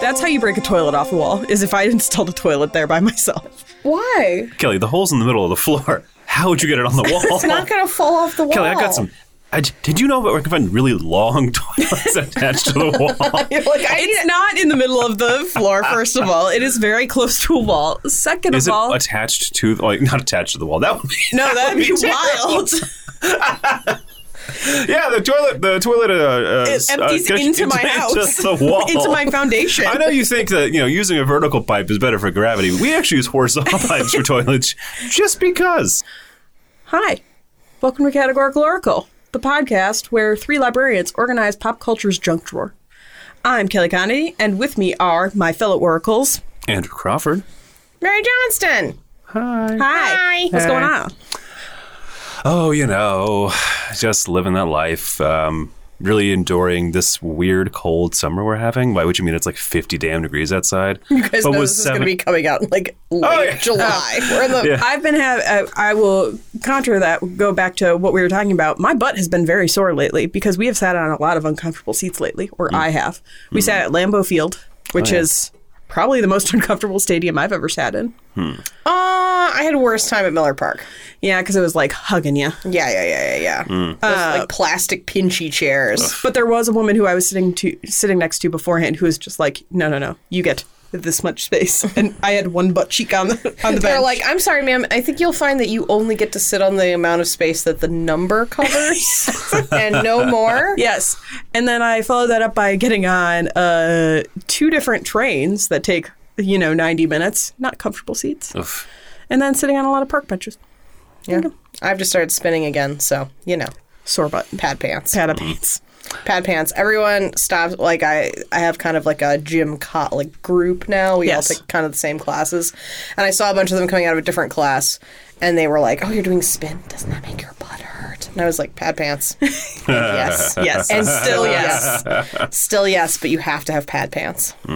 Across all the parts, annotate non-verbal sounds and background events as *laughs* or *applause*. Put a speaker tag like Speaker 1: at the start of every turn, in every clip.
Speaker 1: That's how you break a toilet off a wall, is if I *laughs* installed a toilet there by myself.
Speaker 2: Why?
Speaker 3: Kelly, the hole's in the middle of the floor. *laughs* How would you get it on the wall?
Speaker 2: It's not going to fall off the wall.
Speaker 3: Oh. Kelly, I got some. I, did you know that we can find really long *laughs* toilets attached to the
Speaker 1: *laughs*
Speaker 3: wall?
Speaker 2: *laughs* You're like, I need
Speaker 1: It's not in the middle of the floor, first of all. It is very close to a wall. Second
Speaker 3: Is
Speaker 1: of
Speaker 3: it
Speaker 1: all,
Speaker 3: attached to, like, not attached to the wall? That would be
Speaker 1: *laughs*
Speaker 3: *laughs*
Speaker 1: no, that'd be wild.
Speaker 3: Yeah, the toilet. The toilet. Uh, uh,
Speaker 1: It
Speaker 3: s- uh,
Speaker 1: empties
Speaker 3: goes
Speaker 1: into my house,
Speaker 3: the
Speaker 1: *laughs*
Speaker 3: wall,
Speaker 1: into my foundation.
Speaker 3: Oh. I know you think that you know using a vertical pipe is better for gravity. We actually use horizontal *laughs* pipes for toilets, just because.
Speaker 1: Hi, welcome to Categorical Oracle, the podcast where three librarians organize pop culture's junk drawer. I'm Kelly Conady, and with me are my fellow oracles.
Speaker 3: Andrew Crawford.
Speaker 2: Mary Johnston.
Speaker 1: Hi,
Speaker 2: Hi.
Speaker 1: what's going on?
Speaker 3: Oh, you know, just living that life. Um, really enduring this weird cold summer we're having. By which I mean it's like fifty damn degrees outside. You
Speaker 2: Because this is going to be coming out in like late
Speaker 3: yeah.
Speaker 2: July. We're in the
Speaker 1: I've been have uh, I will counter that go back to what we were talking about. My butt has been very sore lately because we have sat on a lot of uncomfortable seats lately, or I have. We sat at Lambeau Field, which is probably the most *laughs* uncomfortable stadium I've ever sat in.
Speaker 2: Uh, I had a worse time at Miller Park.
Speaker 1: Yeah, because it was like hugging you.
Speaker 2: Yeah, yeah, yeah, yeah, yeah.
Speaker 3: Mm.
Speaker 2: Those, like plastic pinchy chairs.
Speaker 1: But there was a woman who I was sitting to sitting next to beforehand who was just like, no, no, no, you get this much space, and I had one butt cheek on the on the
Speaker 2: They're
Speaker 1: bench.
Speaker 2: like, I'm sorry, ma'am. I think you'll find that you only get to sit on the amount of space that the *laughs* number covers, and no more.
Speaker 1: Yes. And then I followed that up by getting on uh, two different trains that take, you know, 90 minutes, not comfortable seats, and then sitting on a lot of park benches.
Speaker 2: Yeah. I've just started spinning again, so you know,
Speaker 1: Sore butt.
Speaker 2: pad pants.
Speaker 1: Pad of pants.
Speaker 2: pad pants. Everyone stops. Like I, I have kind of like a gym co- like group now. We
Speaker 1: Yes.
Speaker 2: all take kind of the same classes, and I saw a bunch of them coming out of a different class, and they were like, "Oh, you're doing spin. Doesn't that make your butt hurt?" And I was like, "Pad
Speaker 3: *laughs*
Speaker 2: pants." yes,
Speaker 1: Yes.
Speaker 2: and still yes, still yes, but you have to have pad pants. *laughs*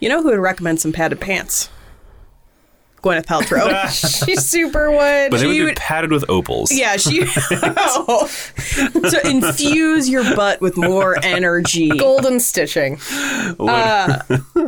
Speaker 1: You know who would recommend some padded pants? Gwyneth
Speaker 2: *laughs*
Speaker 1: Paltrow.
Speaker 2: she super would.
Speaker 3: But they would be
Speaker 1: would-
Speaker 3: padded with opals.
Speaker 1: yeah, she. *laughs* to infuse your butt with more energy.
Speaker 2: Golden stitching.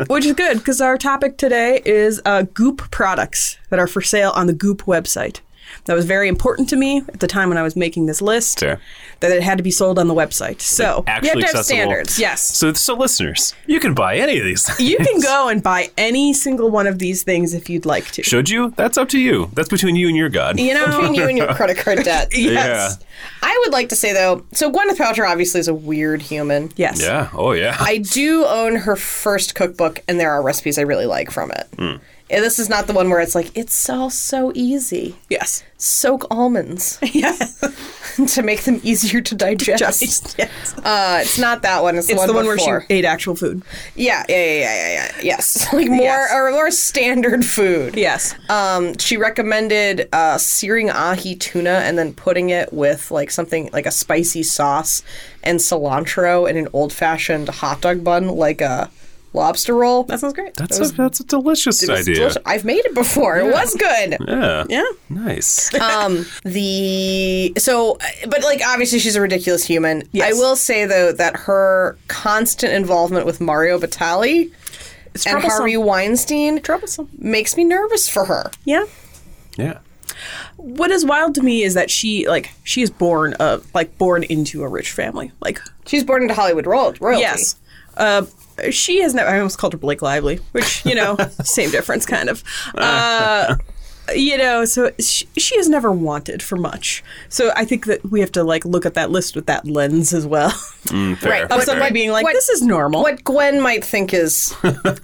Speaker 1: Which is good because our topic today is uh, Goop products that are for sale on the Goop website. That was very important to me at the time when I was making this list.
Speaker 3: Sure.
Speaker 1: That it had to be sold on the website. So
Speaker 3: Actually
Speaker 2: have to have
Speaker 3: accessible.
Speaker 2: standards.
Speaker 1: yes,
Speaker 3: *laughs* So, so listeners, you can buy any of these.
Speaker 1: you can go and buy any single one of these things if you'd like to.
Speaker 3: *laughs* Should you? That's up to you. That's between you and your God.
Speaker 1: You know,
Speaker 2: Between you and
Speaker 3: *laughs*
Speaker 2: your credit card debt.
Speaker 1: yes,
Speaker 2: I would like to say though, so Gwyneth Paltrow obviously is a weird human.
Speaker 1: yes,
Speaker 3: Yeah. Oh, yeah.
Speaker 2: I do own her first cookbook, and there are recipes I really like from it.
Speaker 1: Hmm.
Speaker 2: And this is not the one where it's like it's all so easy.
Speaker 1: yes,
Speaker 2: Soak almonds
Speaker 1: *laughs*
Speaker 2: *laughs*
Speaker 1: yes.
Speaker 2: to make them easier to
Speaker 1: *laughs*
Speaker 2: digest.
Speaker 1: Just- yes.
Speaker 2: Uh, it's not that one. It's the
Speaker 1: It's
Speaker 2: one,
Speaker 1: the one where
Speaker 2: before.
Speaker 1: she ate actual food.
Speaker 2: Yeah, yeah, yeah, yeah, yeah, yeah. Yes, *laughs* like more
Speaker 1: Yes.
Speaker 2: or more standard food.
Speaker 1: Yes,
Speaker 2: Um, she recommended uh, searing ahi tuna and then putting it with like something like a spicy sauce and cilantro in an old fashioned hot dog bun, like a lobster roll.
Speaker 1: that sounds great.
Speaker 3: That's a, that's a delicious
Speaker 2: It was
Speaker 3: idea.
Speaker 2: delicious. I've made it before. It was good.
Speaker 3: Yeah.
Speaker 1: yeah,
Speaker 3: Nice.
Speaker 2: Um, the so, but like obviously she's a ridiculous human.
Speaker 1: Yes.
Speaker 2: I will say though that her constant involvement with Mario Batali
Speaker 1: it's
Speaker 2: and
Speaker 1: troublesome.
Speaker 2: Harvey Weinstein
Speaker 1: troublesome.
Speaker 2: makes me nervous for her.
Speaker 1: Yeah.
Speaker 3: yeah.
Speaker 1: what is wild to me is that she like she is born of like born into a rich family. Like
Speaker 2: She's born into Hollywood ro- royalty.
Speaker 1: yes, uh, she has never. I almost called her Blake Lively, which you know, same difference, kind of. Uh, you know, so she, she has never wanted for much. So I think that we have to like look at that list with that lens as well.
Speaker 3: Fair.
Speaker 1: *laughs*
Speaker 2: Right. Of
Speaker 1: Of somebody
Speaker 3: fair.
Speaker 1: being like,
Speaker 2: What-
Speaker 1: this is normal.
Speaker 2: What Gwen might
Speaker 1: *laughs*
Speaker 2: think is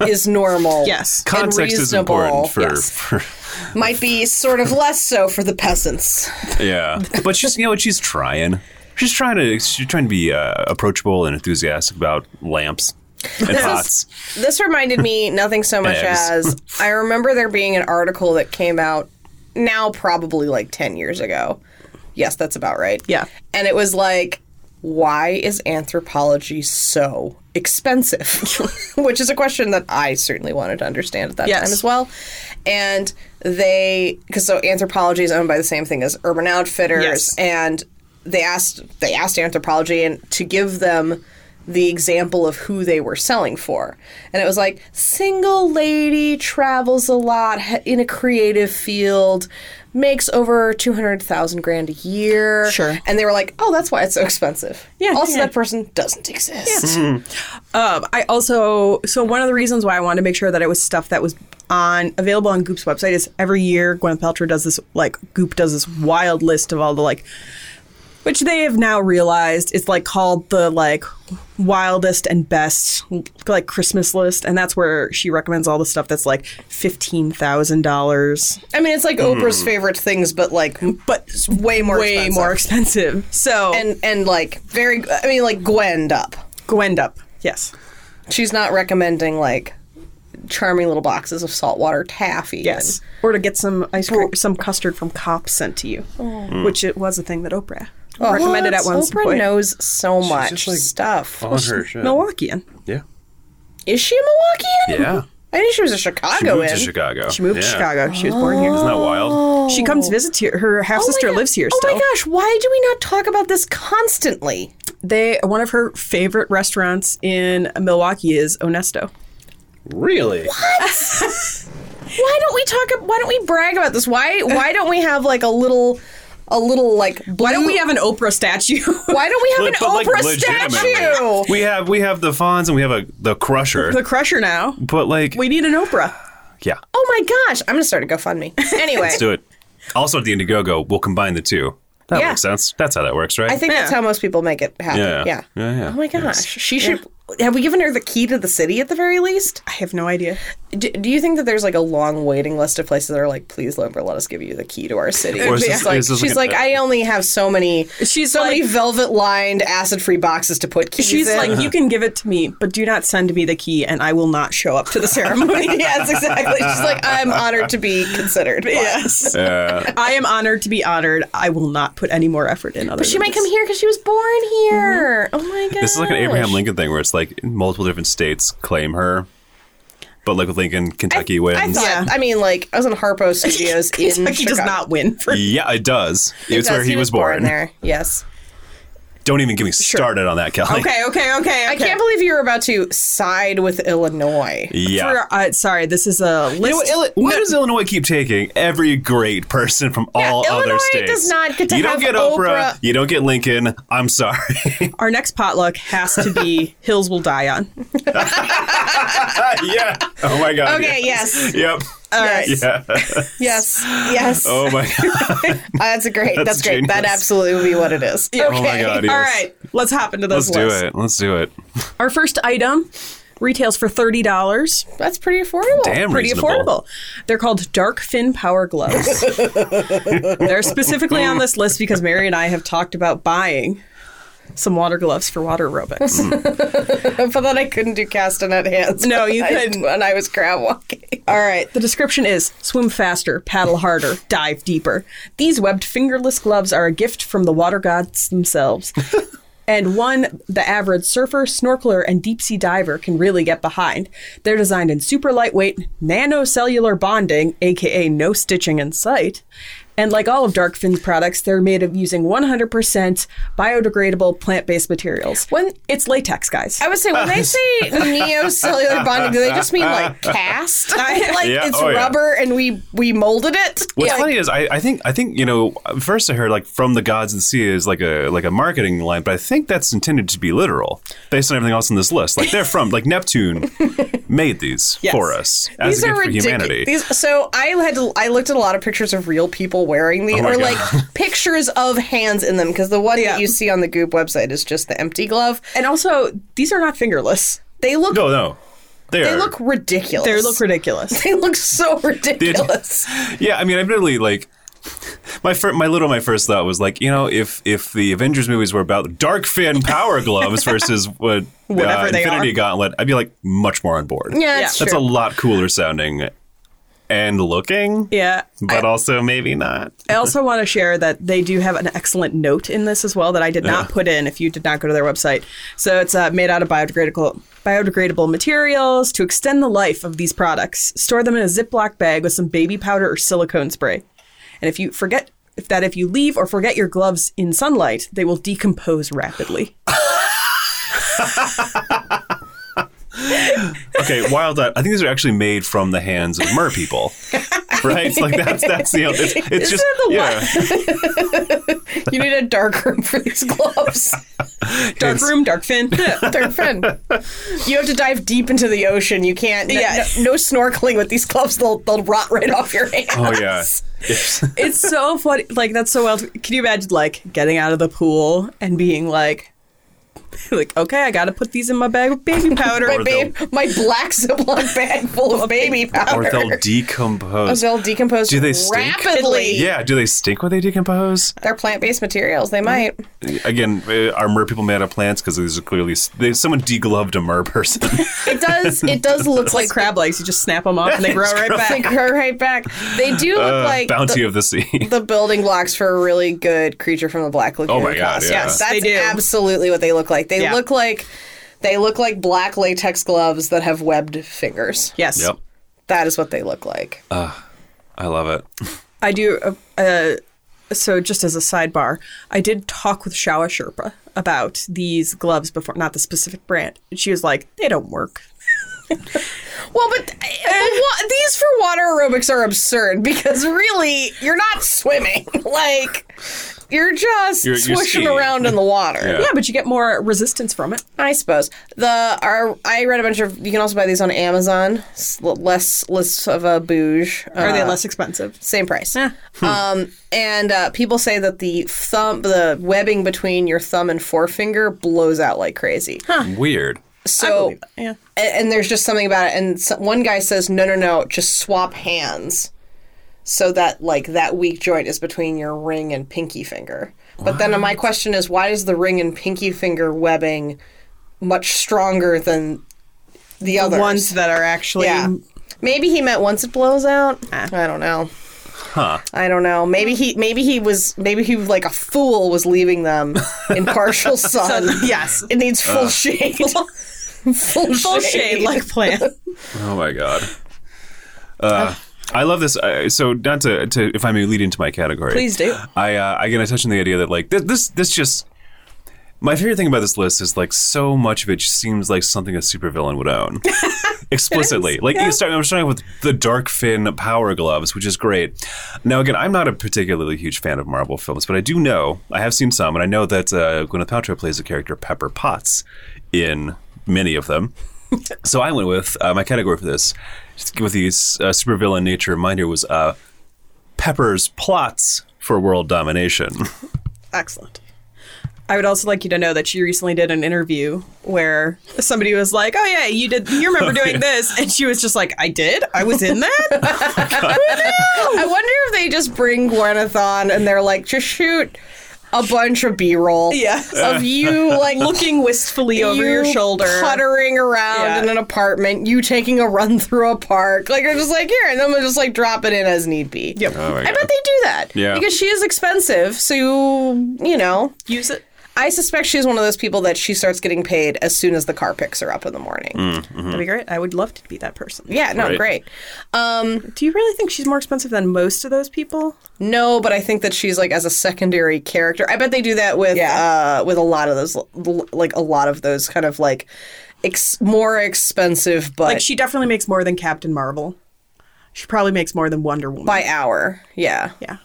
Speaker 2: is normal.
Speaker 1: Yes.
Speaker 2: and
Speaker 3: Context is
Speaker 2: reasonable,
Speaker 3: important for,
Speaker 2: yes,
Speaker 3: for
Speaker 2: might be sort of less so for the peasants.
Speaker 3: yeah. But she's you know what she's trying. She's trying to she's trying to be uh, approachable and enthusiastic about lamps and pots.
Speaker 2: This reminded me nothing so much
Speaker 3: Eggs.
Speaker 2: as I remember there being an article that came out now probably like 10 years ago. Yes, that's about right.
Speaker 1: Yeah.
Speaker 2: And it was like why is anthropology so expensive? *laughs* Which is a question that I certainly wanted to understand at that
Speaker 1: Yes.
Speaker 2: time as well. And they cuz so anthropology is owned by the same thing as Urban Outfitters
Speaker 1: Yes.
Speaker 2: and they asked they asked anthropology and to give them the example of who they were selling for. And it was like, single lady travels a lot ha- in a creative field, makes over 200,000 grand a year.
Speaker 1: Sure.
Speaker 2: And they were like, oh, that's why it's so expensive.
Speaker 1: Yeah,
Speaker 2: Also,
Speaker 1: yeah.
Speaker 2: that person doesn't exist.
Speaker 1: Um, I also so one of the reasons why I wanted to make sure that it was stuff that was on available on Goop's website is every year Gwyneth Paltrow does this like Goop does this wild list of all the like, which they have now realized it's like called the like wildest and best like Christmas list, and that's where she recommends all the stuff that's like fifteen thousand dollars
Speaker 2: I mean, it's like Oprah's favorite things, but like
Speaker 1: but
Speaker 2: way more
Speaker 1: way
Speaker 2: expensive.
Speaker 1: more expensive. So and
Speaker 2: and and like very i mean like gwend up
Speaker 1: Gwend up, yes,
Speaker 2: she's not recommending like charming little boxes of saltwater taffy
Speaker 1: yes, or to get some ice cream, some custard from Cops sent to you, which it was a thing that Oprah
Speaker 2: and,
Speaker 1: Oh, recommended at one
Speaker 2: oprah
Speaker 1: point.
Speaker 2: knows so much
Speaker 3: just, like,
Speaker 2: stuff
Speaker 3: on her shit.
Speaker 1: Milwaukeean.
Speaker 3: Yeah.
Speaker 2: is she a milwaukeean
Speaker 3: Yeah.
Speaker 2: i knew she was a
Speaker 3: She
Speaker 2: chicagoan
Speaker 3: moved to Chicago.
Speaker 1: She moved to
Speaker 3: Yeah.
Speaker 1: Chicago. Oh. She was born here.
Speaker 3: Isn't that wild?
Speaker 1: She comes visit here. Her half
Speaker 2: Oh my
Speaker 1: sister
Speaker 2: go-
Speaker 1: lives here
Speaker 2: oh
Speaker 1: still.
Speaker 2: my gosh why do we not talk about this constantly
Speaker 1: They one of her favorite restaurants in Milwaukee is Onesto.
Speaker 3: Really?
Speaker 2: why don't we talk ab- why don't we brag about this why why don't we have like a little a little like
Speaker 1: Why don't we have an Oprah statue? *laughs*
Speaker 2: why don't we have an
Speaker 3: But, like,
Speaker 2: oprah
Speaker 3: legitimately.
Speaker 2: statue
Speaker 3: We have we have the Fonz and we have a the Crusher.
Speaker 1: the Crusher now.
Speaker 3: but like,
Speaker 1: We need an Oprah.
Speaker 3: yeah,
Speaker 2: Oh my gosh, I'm gonna start a GoFundMe. Anyway,
Speaker 3: let's do it. Also, at the Indiegogo, we'll combine the two. That
Speaker 2: Yeah.
Speaker 3: makes sense. That's how that works, right?
Speaker 2: I think that's
Speaker 1: Yeah.
Speaker 2: how most people make it happen.
Speaker 3: Yeah.
Speaker 2: Yeah,
Speaker 3: Yeah, yeah.
Speaker 2: Oh my gosh, she should. Have we given her the key to the city at the very least?
Speaker 1: I have no idea.
Speaker 2: Do, do you think that there's like a long waiting list of places that are like, please, Lumber, let us give you the key to our city?
Speaker 3: Or is
Speaker 2: she's
Speaker 3: this-
Speaker 2: like,
Speaker 3: is this
Speaker 2: she's
Speaker 3: like
Speaker 2: like,
Speaker 3: a-
Speaker 2: I only have so many,
Speaker 1: She's
Speaker 2: so many
Speaker 1: like-
Speaker 2: velvet-lined, acid-free boxes to put keys
Speaker 1: She's
Speaker 2: in.
Speaker 1: like,
Speaker 3: *laughs*
Speaker 1: you can give it to me, but do not send me the key, and I will not show up to the ceremony. *laughs*
Speaker 2: *laughs* yes, exactly. She's like, I'm honored to be considered. Yes,
Speaker 3: Uh,
Speaker 1: I am honored to be honored. I will not put any more effort in. Other
Speaker 2: but she
Speaker 1: than
Speaker 2: might come
Speaker 1: this.
Speaker 2: here because she was born here. Oh my god,
Speaker 3: Mm-hmm. this is like an Abraham Lincoln thing where it's like multiple different states claim her, but like with Lincoln, Kentucky wins.
Speaker 2: I thought.
Speaker 1: Yeah.
Speaker 2: I mean, like I was
Speaker 1: *laughs*
Speaker 2: in Harpo Studios in
Speaker 1: Kentucky does
Speaker 2: Chicago.
Speaker 1: not win for
Speaker 3: yeah, it does. It's
Speaker 2: Because
Speaker 3: where he, was born.
Speaker 2: there. Yes.
Speaker 3: Don't even get me started on that, Kelly.
Speaker 1: Okay, okay, okay.
Speaker 2: I can't believe you were about to side with Illinois.
Speaker 3: Yeah.
Speaker 1: For, uh, sorry, this is a list.
Speaker 3: Why does Illinois keep taking every great person from all other
Speaker 2: Illinois
Speaker 3: states?
Speaker 2: does not get to
Speaker 3: you
Speaker 2: have
Speaker 3: don't get Oprah,
Speaker 2: Oprah.
Speaker 3: You don't get Lincoln. I'm sorry. *laughs*
Speaker 1: Our next potluck has to
Speaker 2: *laughs*
Speaker 1: be Hills Will Die On.
Speaker 3: yeah. Oh my god.
Speaker 2: Okay, yes.
Speaker 3: Yep. *laughs*
Speaker 2: yes. *laughs*
Speaker 3: Yeah.
Speaker 2: Yes. Yes.
Speaker 3: Oh my god.
Speaker 2: Uh, that's great. That's, great. That
Speaker 3: genius.
Speaker 2: absolutely would be what it is. Okay.
Speaker 3: Oh my god. Yes.
Speaker 1: All right, let's hop into
Speaker 3: Let's
Speaker 1: this
Speaker 3: do
Speaker 1: list.
Speaker 3: it. Let's do it.
Speaker 1: Our first item retails for thirty dollars.
Speaker 2: That's pretty affordable.
Speaker 3: Damn
Speaker 1: Pretty
Speaker 3: reasonable.
Speaker 1: affordable. They're called Dark Fin Power
Speaker 3: *laughs*
Speaker 1: Gloves. They're specifically on this list because Mary and I have talked about buying some water gloves for water aerobics.
Speaker 2: But then I couldn't do castanet hands.
Speaker 1: No, you
Speaker 2: when I-
Speaker 1: couldn't.
Speaker 2: When I was crab walking.
Speaker 1: All right. The description is swim faster, paddle harder, dive deeper. These webbed fingerless gloves are a gift from the water gods themselves. and one the average surfer, snorkeler, and deep sea diver can really get behind. They're designed in super lightweight, nanocellular bonding, aka no stitching in sight. And like all of Darkfin's products, they're made of using 100% biodegradable plant-based materials.
Speaker 2: When-
Speaker 1: it's latex, guys.
Speaker 2: I would say when they say neocellular bonding, do they just mean like
Speaker 3: *laughs*
Speaker 2: cast? *laughs* like
Speaker 3: Yeah,
Speaker 2: it's
Speaker 3: oh, yeah.
Speaker 2: rubber and we we molded it.
Speaker 3: What's
Speaker 2: Like,
Speaker 3: funny is I, I think I think you know first I heard like from the gods of the sea is like a like a marketing line, but I think that's intended to be literal based on everything else on this list. Like they're from
Speaker 2: *laughs*
Speaker 3: like Neptune made these
Speaker 1: Yes.
Speaker 3: for us as a gift for
Speaker 2: ridicu-
Speaker 3: humanity.
Speaker 2: These, so I had to, I looked at a lot of pictures of real people wearing these,
Speaker 3: Oh my
Speaker 2: or
Speaker 3: God. *laughs*
Speaker 2: like pictures of hands in them, because the one
Speaker 1: Yeah.
Speaker 2: that you see on the Goop website is just the empty glove.
Speaker 1: and also, these are not fingerless.
Speaker 2: They look
Speaker 3: no, no, they,
Speaker 2: they
Speaker 3: are-
Speaker 2: look ridiculous.
Speaker 1: They look ridiculous.
Speaker 2: *laughs* They look so ridiculous.
Speaker 3: Yeah, I mean, I really like my fir- my little my first thought was like, you know, if if the Avengers movies were about dark fan
Speaker 2: *laughs*
Speaker 3: power gloves versus what
Speaker 1: Whatever
Speaker 3: uh,
Speaker 1: they
Speaker 3: Infinity
Speaker 1: are.
Speaker 3: Gauntlet, I'd be like much more on board.
Speaker 2: yeah, that's
Speaker 3: that's
Speaker 2: true.
Speaker 3: a lot cooler sounding and looking,
Speaker 1: Yeah.
Speaker 3: but also maybe not.
Speaker 1: I also want to share that they do have an excellent note in this as well that I did not put in if you did not go to their website. So it's uh, made out of biodegradable biodegradable materials to extend the life of these products. Store them in a Ziploc bag with some baby powder or silicone spray. And if you forget if that if you leave or forget your gloves in sunlight, they will decompose rapidly.
Speaker 3: Okay, wild. Eye- I think these are actually made from the hands of
Speaker 2: *laughs*
Speaker 3: mer people, right? It's like that's that's the it's, it's just
Speaker 2: that the
Speaker 3: yeah.
Speaker 2: You need a dark room for these gloves.
Speaker 1: Dark room, dark fin. *laughs*
Speaker 2: dark
Speaker 3: *laughs*
Speaker 2: fin. You have to dive deep into the ocean. You can't. No,
Speaker 1: Yeah.
Speaker 2: no, no snorkeling with these gloves. They'll they'll rot right off your hands.
Speaker 3: Oh yeah, It's-
Speaker 1: it's so funny. Like that's so well. Can you imagine like getting out of the pool and being like, *laughs* like okay, I got to put these in my bag of baby powder.
Speaker 2: *laughs* My
Speaker 3: Or they'll-
Speaker 2: babe, my black Ziploc
Speaker 1: *laughs*
Speaker 2: bag full of baby powder.
Speaker 3: or they'll decompose.
Speaker 2: They'll decompose
Speaker 3: Do they stink?
Speaker 2: rapidly.
Speaker 3: Yeah, do they stink when they decompose?
Speaker 2: They're plant based materials. They might.
Speaker 3: Mm-hmm. Again, uh, are mer people made out of plants? Because these are clearly s- they, someone degloved a mer person.
Speaker 2: It does. It does look like
Speaker 1: like crab legs, you just snap them off and they grow right
Speaker 2: They
Speaker 1: back.
Speaker 2: grow right *laughs* back. They do look *laughs*
Speaker 3: Uh,
Speaker 2: like
Speaker 3: bounty
Speaker 2: the,
Speaker 3: of the sea.
Speaker 2: the building blocks for a really good creature from the Black Lagoon.
Speaker 3: Oh my God,
Speaker 2: costume.
Speaker 3: yeah.
Speaker 2: Yes,
Speaker 1: They
Speaker 2: that's
Speaker 1: do.
Speaker 2: absolutely what they look like. They
Speaker 1: Yeah.
Speaker 2: look like they look like black latex gloves that have webbed fingers.
Speaker 1: Yes,
Speaker 3: yep,
Speaker 2: That is what they look like.
Speaker 3: Uh, I love it.
Speaker 1: I do. Uh, uh, so just as a sidebar, I did talk with Shawa Sherpa about these gloves before, not the specific brand. And she was like, they don't work.
Speaker 2: well, but, but
Speaker 1: eh.
Speaker 2: wa- these for water aerobics are absurd because really you're not swimming. *laughs* like you're just
Speaker 3: You're- you're
Speaker 2: swishing
Speaker 3: skiing.
Speaker 2: around in the water.
Speaker 3: Yeah.
Speaker 1: Yeah, but you get more resistance from it.
Speaker 2: I suppose the our I read a bunch of you can also buy these on Amazon S- less less of a bouge
Speaker 1: Are they
Speaker 2: Uh,
Speaker 1: less expensive?
Speaker 2: same price *laughs* um and uh, people say that the thumb the webbing between your thumb and forefinger blows out like crazy
Speaker 3: Weird.
Speaker 2: so
Speaker 1: believe that, yeah.
Speaker 2: a- and, there's just something about it and so, one guy says no no no just swap hands so that like that weak joint is between your ring and pinky finger but then my question is why is the ring and pinky finger webbing much stronger than the others
Speaker 1: Ones that are actually.
Speaker 2: yeah maybe he meant once it blows out i don't know
Speaker 3: Huh.
Speaker 2: I don't know. Maybe he maybe he was maybe he was like a fool was leaving them in partial sun.
Speaker 1: *laughs*
Speaker 2: *laughs*
Speaker 1: yes.
Speaker 2: It needs
Speaker 3: Uh.
Speaker 2: full shade. *laughs* full,
Speaker 1: Full shade like plant.
Speaker 3: Oh my god. Uh, I love this. Uh, so, not to, to, if I may lead into my category,
Speaker 1: Please do.
Speaker 3: I uh, I gotta touch on the idea that like this this this just my favorite thing about this list is like so much of it just seems like something a supervillain
Speaker 1: *laughs*
Speaker 3: would own. Explicitly, like you start. I'm starting with the dark fin power gloves, which is great. Now, again, I'm not a particularly huge fan of Marvel films, but I do know I have seen some, and I know that uh, Gwyneth Paltrow plays the character Pepper Potts in many of them. so I went with uh, my category for this, just with the uh, supervillain nature reminder was uh, Pepper's plots for world domination.
Speaker 1: Excellent. I would also like you to know that she recently did an interview where somebody was like, "Oh yeah, you did. You remember *laughs* doing this?" And she was just like, "I did. I was in that."
Speaker 2: I wonder if they just bring Gwyneth on and they're like, just shoot a bunch of
Speaker 1: *laughs*
Speaker 2: B-roll
Speaker 1: Yeah.
Speaker 2: of
Speaker 3: *laughs*
Speaker 2: you like
Speaker 1: Looking wistfully over
Speaker 2: you
Speaker 1: your shoulder.
Speaker 2: puttering around
Speaker 1: Yeah.
Speaker 2: in an apartment, you taking a run through a park. Like I'm just like here, and then we'll just like drop it in as need be.
Speaker 1: Yep.
Speaker 3: *laughs* Oh my
Speaker 2: I bet they do that.
Speaker 3: Yeah.
Speaker 2: Because she is expensive, so you, you know.
Speaker 1: Use it.
Speaker 2: I suspect she's one of those people that she starts getting paid as soon as the car picks her up in the morning.
Speaker 1: That'd be great. I would love to be that person.
Speaker 2: Yeah, no,
Speaker 3: Mm. Right.
Speaker 2: great.
Speaker 1: Do you really think she's more expensive than most of those people?
Speaker 2: No, but I think that she's like as a secondary character. I bet they do that with
Speaker 1: Yeah.
Speaker 2: uh, with a lot of those, like a lot of those kind of like ex- more expensive, but
Speaker 1: Like she definitely makes more than Captain Marvel. She probably makes more than Wonder Woman.
Speaker 2: by hour. Yeah.
Speaker 1: yeah.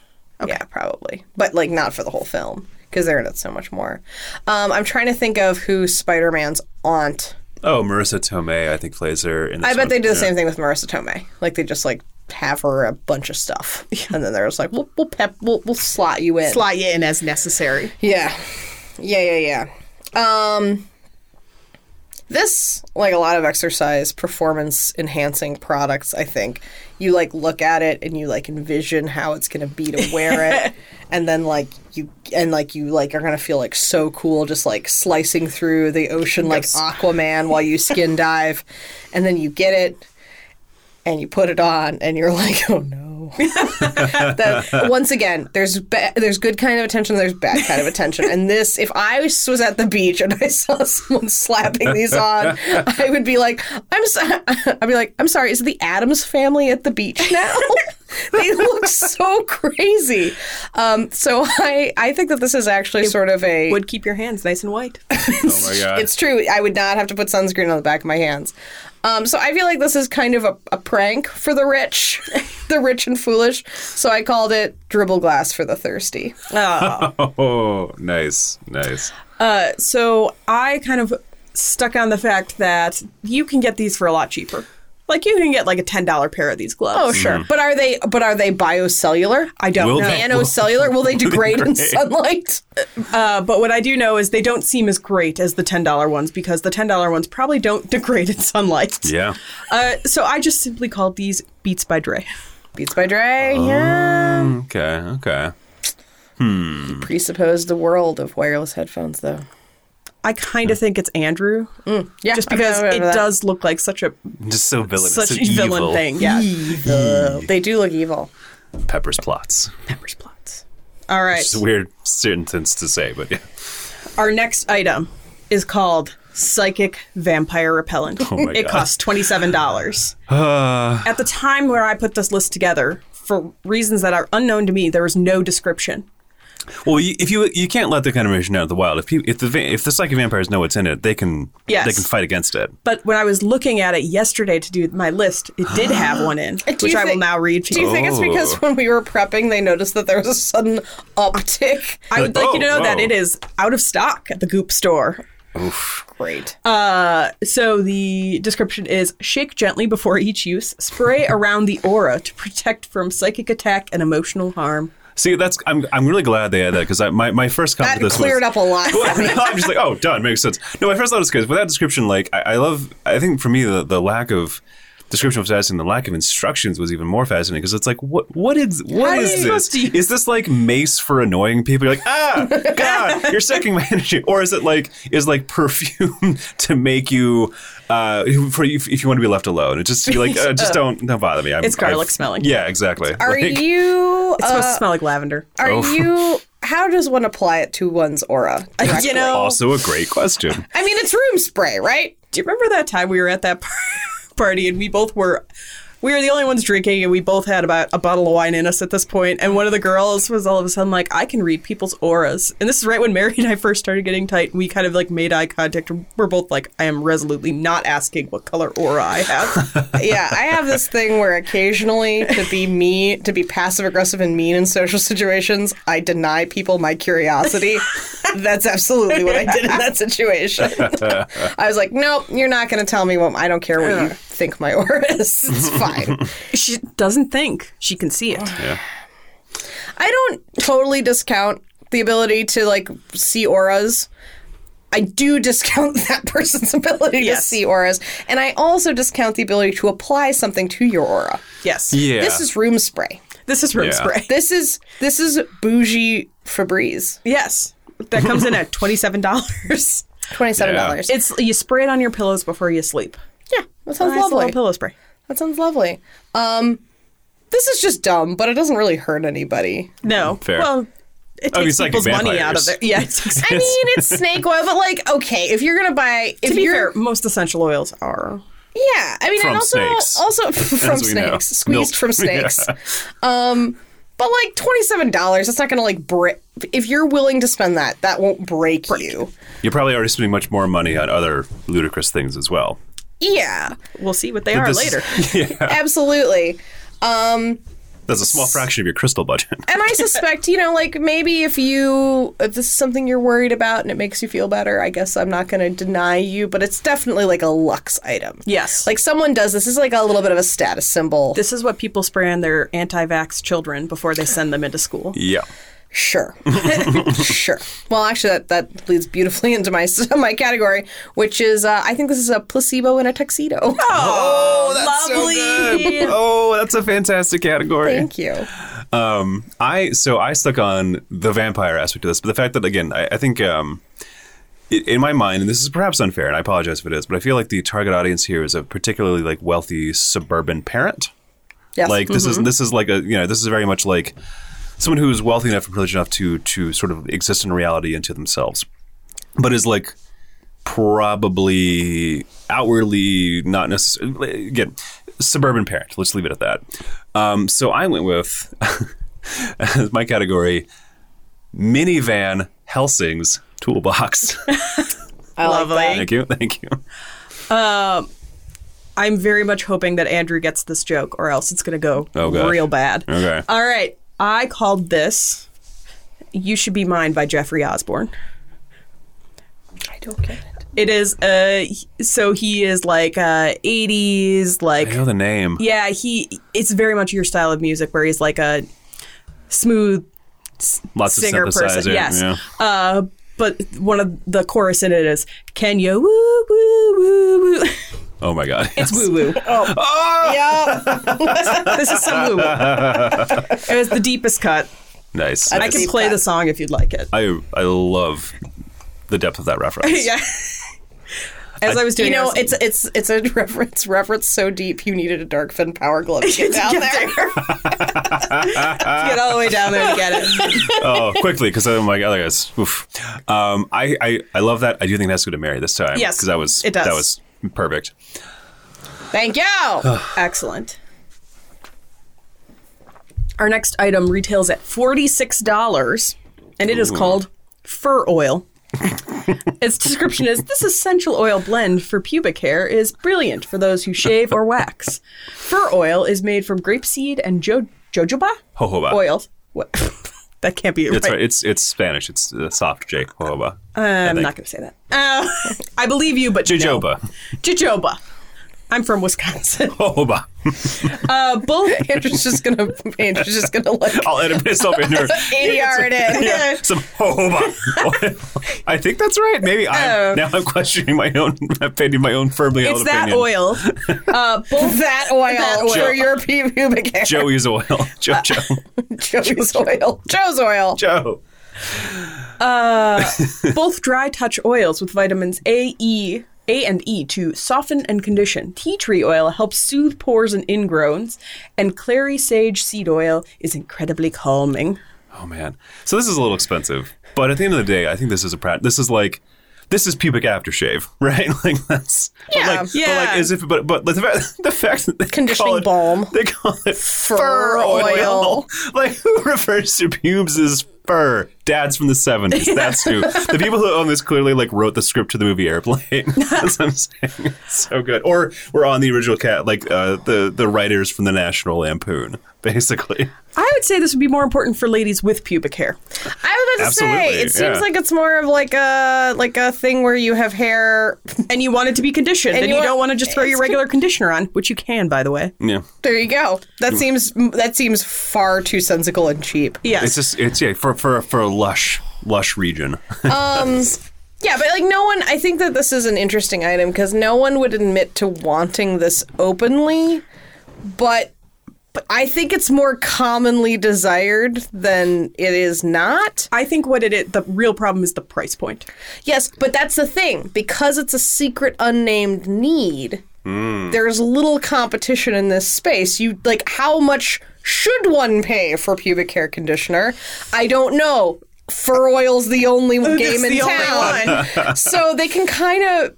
Speaker 2: Yeah, probably. But like not for the whole film because they're in it so much more. Um, I'm trying to think of who Spider Man's aunt.
Speaker 3: Oh, Marissa Tomei, I think plays her. In this
Speaker 2: I bet
Speaker 3: one.
Speaker 2: they do the
Speaker 3: Yeah.
Speaker 2: same thing with Marissa Tomei. Like they just like have her a bunch of stuff, and then they're just like, we'll we'll pep, we'll, we'll slot you in.
Speaker 1: Slot you in as necessary.
Speaker 2: Yeah, yeah, yeah, yeah. Um, this like a lot of exercise performance enhancing products. I think you like look at it and you like envision how it's gonna be to wear it, and then like you and like you like are gonna feel like so cool just like slicing through the ocean like Aquaman while you skin dive, and then you get it and you put it on and you're *laughs* like, oh no. That- once again, there's ba- there's good kind of attention, there's bad kind of attention, and this, if I was, was at the beach and I saw *laughs* someone slapping these on, *laughs* I would be like, I'm, so- I'd be like, I'm sorry, is the Adams family at the beach now? *laughs* they look so crazy. Um, so I, I think that this is actually sort of a.
Speaker 1: Would keep your hands nice and *laughs* white.
Speaker 3: Oh my god.
Speaker 2: It's true. I would not have to put sunscreen on the back of my hands. Um, so I feel like this is kind of a, a prank for the rich, *laughs* the rich and foolish. So I called it dribble glass for the thirsty.
Speaker 3: *laughs*
Speaker 1: Ah.
Speaker 3: oh, nice, nice.
Speaker 1: Uh, so I kind of stuck on the fact that you can get these for a lot cheaper. Like you can get like a ten dollar pair of these gloves.
Speaker 2: Oh sure,
Speaker 3: Mm.
Speaker 2: but are they? But are they biocellular? I
Speaker 1: don't Will know.
Speaker 3: they-
Speaker 2: Nanocellular? Will
Speaker 3: *laughs*
Speaker 2: they degrade in sunlight?
Speaker 1: Uh, but what I do know is they don't seem as great as the ten dollar ones because the ten dollar ones probably don't degrade in sunlight.
Speaker 3: Yeah.
Speaker 1: Uh, so I just simply called these Beats by Dre.
Speaker 2: Beats by Dre.
Speaker 3: Um.
Speaker 2: Yeah.
Speaker 3: Okay. Okay.
Speaker 2: Presuppose the world of wireless headphones, though.
Speaker 1: I kind of think it's Andrew,
Speaker 2: Yeah,
Speaker 1: just because it does look like such a
Speaker 3: Just so villainous.
Speaker 1: such
Speaker 3: so
Speaker 1: a villain
Speaker 3: evil.
Speaker 1: thing. Yeah,
Speaker 3: Mm.
Speaker 2: Oh, They do look evil.
Speaker 3: Pepper's plots.
Speaker 1: peppers plots. All right,
Speaker 3: It's a weird sentence to say, but yeah. *sighs*
Speaker 1: our next item is called psychic vampire repellent.
Speaker 3: Oh my
Speaker 1: it
Speaker 3: God.
Speaker 1: costs twenty seven dollars.
Speaker 3: Uh,
Speaker 1: At the time where I put this list together, for reasons that are unknown to me, there was no description.
Speaker 3: well, you, if you you can't let the kind of information out of the wild. If you, if the va- if the psychic vampires know what's in it, they can
Speaker 1: Yes.
Speaker 3: they can fight against it.
Speaker 1: But when I was looking at it yesterday to do my list, it did have one in,
Speaker 2: *gasps* Do
Speaker 1: which
Speaker 2: you
Speaker 1: I will
Speaker 2: think-
Speaker 1: now read to
Speaker 2: Do you think it's because
Speaker 3: Oh.
Speaker 2: when we were prepping, they noticed that there was a sudden uptick?
Speaker 1: I would like you to know
Speaker 3: Oh,
Speaker 1: that
Speaker 3: whoa.
Speaker 1: it is out of stock at the Goop store.
Speaker 2: Great.
Speaker 1: So the description is shake gently before each use,
Speaker 3: *laughs*
Speaker 1: spray around the aura to protect from psychic attack and emotional harm.
Speaker 3: See, that's I'm I'm really glad they had that because my my first comment
Speaker 2: that
Speaker 3: to this
Speaker 2: cleared
Speaker 3: was,
Speaker 2: up a lot.
Speaker 3: *laughs* Well, I'm just like, oh, done. Makes sense. No, my first thought was because with that description, like, I, I love. I think for me, the, the lack of description was fascinating. The lack of instructions was even more fascinating because it's like, what, what is, what
Speaker 1: How are
Speaker 3: is
Speaker 1: you
Speaker 3: this?
Speaker 1: supposed to-
Speaker 3: Is this like mace for annoying people? You're like,
Speaker 1: *laughs*
Speaker 3: ah, God, you're sucking my energy, or is it like, is like perfume *laughs* to make you, uh, for you, if you want to be left alone? It just you're like,
Speaker 1: *laughs*
Speaker 3: uh, just don't, don't bother me. I'm,
Speaker 1: It's garlic
Speaker 3: I've-
Speaker 1: smelling.
Speaker 3: Yeah, exactly.
Speaker 2: Are
Speaker 3: Like,
Speaker 2: you?
Speaker 1: It's supposed
Speaker 2: uh,
Speaker 1: to smell like lavender.
Speaker 2: are *laughs*
Speaker 3: Oh.
Speaker 2: you? How does one apply it to one's aura? directly?
Speaker 1: You know,
Speaker 3: Also, a
Speaker 2: *laughs*
Speaker 3: great question.
Speaker 2: I mean, it's room spray, right?
Speaker 1: do you remember that time we were at that *laughs* par- party and we both were we were the only ones drinking and we both had about a bottle of wine in us at this point and one of the girls was all of a sudden like i can read people's auras and this is right when mary *laughs* and i first started getting tight and we kind of like made eye contact and we're both like i am resolutely not asking what color aura i
Speaker 2: *laughs*
Speaker 1: have
Speaker 2: yeah, I have this thing where occasionally to be me to be passive aggressive and mean in social situations, I deny people my curiosity. That's absolutely what I did in that situation. I was like, nope, you're not going to tell me what I don't care what you think my aura is. It's fine.
Speaker 1: she doesn't think she can see
Speaker 2: *sighs*
Speaker 1: it
Speaker 3: Yeah.
Speaker 2: I don't totally discount the ability to like see auras. I do *laughs* discount that person's ability to
Speaker 1: Yes.
Speaker 2: see auras, and I also discount the ability to apply something to your aura.
Speaker 1: yes
Speaker 3: Yeah.
Speaker 2: This is room spray.
Speaker 1: this is room
Speaker 3: Yeah.
Speaker 1: spray *laughs*
Speaker 2: This is this is bougie Febreze.
Speaker 1: yes that comes in at
Speaker 2: *laughs*
Speaker 1: $27
Speaker 2: Twenty seven dollars. Yeah.
Speaker 1: it's you spray it on your pillows before you sleep
Speaker 2: that sounds
Speaker 1: nice
Speaker 2: lovely.
Speaker 1: little pillow spray
Speaker 2: That sounds lovely. Um, this is just dumb, but it doesn't really hurt anybody.
Speaker 1: No.
Speaker 3: Mm, Fair. Oh,
Speaker 1: Well, it
Speaker 3: I mean,
Speaker 1: takes
Speaker 3: psychic
Speaker 1: people's money out of
Speaker 3: vampires.
Speaker 1: there. Yeah. It's
Speaker 2: I mean, it's snake oil, but like, okay, if you're gonna buy, if
Speaker 1: to be
Speaker 2: you're,
Speaker 1: fair, most essential oils are.
Speaker 2: yeah, I mean,
Speaker 3: From
Speaker 2: and also,
Speaker 3: snakes. *laughs*
Speaker 2: also *laughs* from
Speaker 3: we know.
Speaker 2: snakes, squeezed
Speaker 3: Milk. *laughs*
Speaker 2: from snakes. Um, but like twenty seven dollars, it's not gonna like break. If you're willing to spend that, that won't break, you.
Speaker 3: You're probably already spending much more money on other ludicrous things as well. *laughs*
Speaker 2: Yeah,
Speaker 1: We'll see what they are
Speaker 3: This-
Speaker 1: later.
Speaker 3: *laughs*
Speaker 2: absolutely. Um,
Speaker 3: That's a small fraction of your crystal budget.
Speaker 2: *laughs* and I suspect, you know, like maybe if you if this is something you're worried about and it makes you feel better, I guess I'm not going to deny you, but it's definitely like a lux item.
Speaker 1: Yes.
Speaker 2: Like someone does this. This is like a little bit of a status symbol.
Speaker 1: This is what people spray on their anti-vax children before they send them into school.
Speaker 3: Yeah.
Speaker 2: sure. *laughs* sure. Well, actually that that leads beautifully into my *laughs* my category, which is uh, I think this is a placebo in a tuxedo.
Speaker 3: Oh, that's
Speaker 1: lovely. *laughs*
Speaker 3: Oh, that's a fantastic category.
Speaker 2: *laughs* Thank you.
Speaker 3: Um, I so I stuck on the vampire aspect of this, but the fact that again, I, I think um, i in my mind, and this is perhaps unfair, and I apologize if it is, but I feel like the target audience here is a particularly like wealthy suburban parent.
Speaker 2: Yes.
Speaker 3: Like this
Speaker 1: Mm-hmm.
Speaker 3: is this is like a you know this is very much like someone who is wealthy enough and privileged enough to to sort of exist in reality into themselves, but is like probably outwardly not necessarily again suburban parent. Let's leave it at that. Um, so I went with *laughs* as my category minivan Helsing's
Speaker 1: *laughs*
Speaker 3: toolbox.
Speaker 2: I like
Speaker 1: Lovely.
Speaker 2: that.
Speaker 3: thank you, thank you.
Speaker 1: I'm very much hoping that Andrew gets this joke, or else it's going to go
Speaker 3: Oh, gosh.
Speaker 1: real bad.
Speaker 3: Okay.
Speaker 1: All right. I called this You Should Be Mine by Jeffrey Osborne.
Speaker 2: I don't get it.
Speaker 1: It is, uh, so he is like, uh, 80s, like,
Speaker 3: I know the name.
Speaker 1: yeah, he, it's very much your style of music where he's like a smooth
Speaker 3: Lots of
Speaker 1: singer
Speaker 3: synthesizer.
Speaker 1: person. Yes.
Speaker 3: Yeah.
Speaker 1: Uh, but one of the chorus in it is, Can you woo, woo, woo, woo?
Speaker 3: Oh my god.
Speaker 1: It's woo *laughs* woo.
Speaker 2: *laughs* Yeah,
Speaker 1: this is some
Speaker 3: *laughs*
Speaker 1: woo woo. it was the deepest cut.
Speaker 3: nice.
Speaker 1: I
Speaker 3: nice.
Speaker 1: can play the song if you'd like it.
Speaker 3: I I love the depth of that reference.
Speaker 1: *laughs* yeah. As I, was doing,
Speaker 2: you
Speaker 1: it, I
Speaker 2: know
Speaker 1: was-
Speaker 3: *laughs*
Speaker 2: it's it's it's a *laughs* reference reference so deep you needed a dark fin power glove *laughs* to get down there.
Speaker 1: get all the way down there to get it.
Speaker 3: oh, quickly because I'm like, other guys. Oof. Um, I, I I love that. I do think that's good to marry this time.
Speaker 1: Yes,
Speaker 3: because that was
Speaker 1: it does.
Speaker 3: that was perfect.
Speaker 2: Thank you.
Speaker 1: Excellent. Our next item retails at forty-six dollars, and it is
Speaker 3: Ooh.
Speaker 1: called fur oil. *laughs* its description is: This essential oil blend for pubic hair is brilliant for those who shave or wax. Fur oil is made from grapeseed and jo- jojoba
Speaker 3: Jojoba.
Speaker 1: oil. What? *laughs* that can't be
Speaker 3: It's right. It's it's Spanish. It's uh, soft J. Jojoba.
Speaker 1: I'm
Speaker 3: think.
Speaker 1: not going to say that. Uh, I believe you, but No.
Speaker 3: Jojoba.
Speaker 1: Jojoba. I'm from Wisconsin. *laughs*
Speaker 3: Jojoba. *laughs*
Speaker 1: Uh, bull.
Speaker 2: Andrew's just gonna Andrew's just gonna like
Speaker 3: I'll edit myself in
Speaker 1: *laughs*
Speaker 3: there.
Speaker 2: ADR it in.
Speaker 3: *laughs* Yeah, some jojoba. *laughs* I think that's right. Maybe I'm, now I'm questioning my own *laughs* opinion, my own firmly held
Speaker 1: Oh. It's that
Speaker 3: opinion.
Speaker 1: oil. Uh,
Speaker 3: Oh.
Speaker 1: bull.
Speaker 2: That oil,
Speaker 1: That oil.
Speaker 2: for your pubic hair.
Speaker 3: Joey's oil. *laughs* Jojo.
Speaker 1: Uh,
Speaker 2: Joe's oil. Joe's oil.
Speaker 3: Joe.
Speaker 1: Both dry touch oils with vitamins A, E, A and E to soften and condition. Tea tree oil helps soothe pores and ingrowns, and clary sage seed oil is incredibly calming.
Speaker 3: Oh man. So this is a little expensive, but at the end of the day, I think this is a prat. This is like. This is pubic aftershave, *laughs* right? Like that's
Speaker 2: Yeah.
Speaker 3: but like, But
Speaker 1: Yeah.
Speaker 3: like as if, but but the fact, *laughs* the fact that they
Speaker 2: Conditioning
Speaker 3: call it,
Speaker 2: balm.
Speaker 3: they call it
Speaker 2: Fur
Speaker 3: fur oil.
Speaker 2: oil.
Speaker 3: *laughs* Like who refers to pubes as fur? Dads from the seventies.
Speaker 2: *laughs*
Speaker 3: That's who. The people who own this clearly like wrote the script to the movie Airplane. *laughs* That's what I'm saying. It's so good. Or we're on the original cat, like uh, the the writers from the National Lampoon, basically.
Speaker 1: I would say this would be more important for ladies with pubic hair. *laughs*
Speaker 2: I was about to say,
Speaker 3: Absolutely,
Speaker 2: it seems
Speaker 3: yeah.
Speaker 2: like it's more of like a like a thing where you have hair.
Speaker 1: And you want it to be conditioned, and,
Speaker 2: you
Speaker 1: you,
Speaker 2: want-
Speaker 1: don't want to just throw
Speaker 2: it's
Speaker 1: your regular conditioner on, which you can, by the way.
Speaker 3: Yeah.
Speaker 2: There you go.
Speaker 3: Hmm.
Speaker 2: That seems that seems far too sensical and cheap.
Speaker 1: Yes.
Speaker 3: It's just it's yeah for for for a lush lush region. *laughs*
Speaker 2: Um, Yeah, but like no one. I think that this is an interesting item because no one would admit to wanting this openly, but. But I think it's more commonly desired than it is not.
Speaker 1: I think what it is, the real problem is the price point.
Speaker 2: Yes, but that's the thing. Because it's a secret unnamed need, there's little competition in this space. You like how much should one pay for pubic hair conditioner? I don't know. Fur oil's the only game in
Speaker 1: the only
Speaker 2: town. *laughs* so they can kind of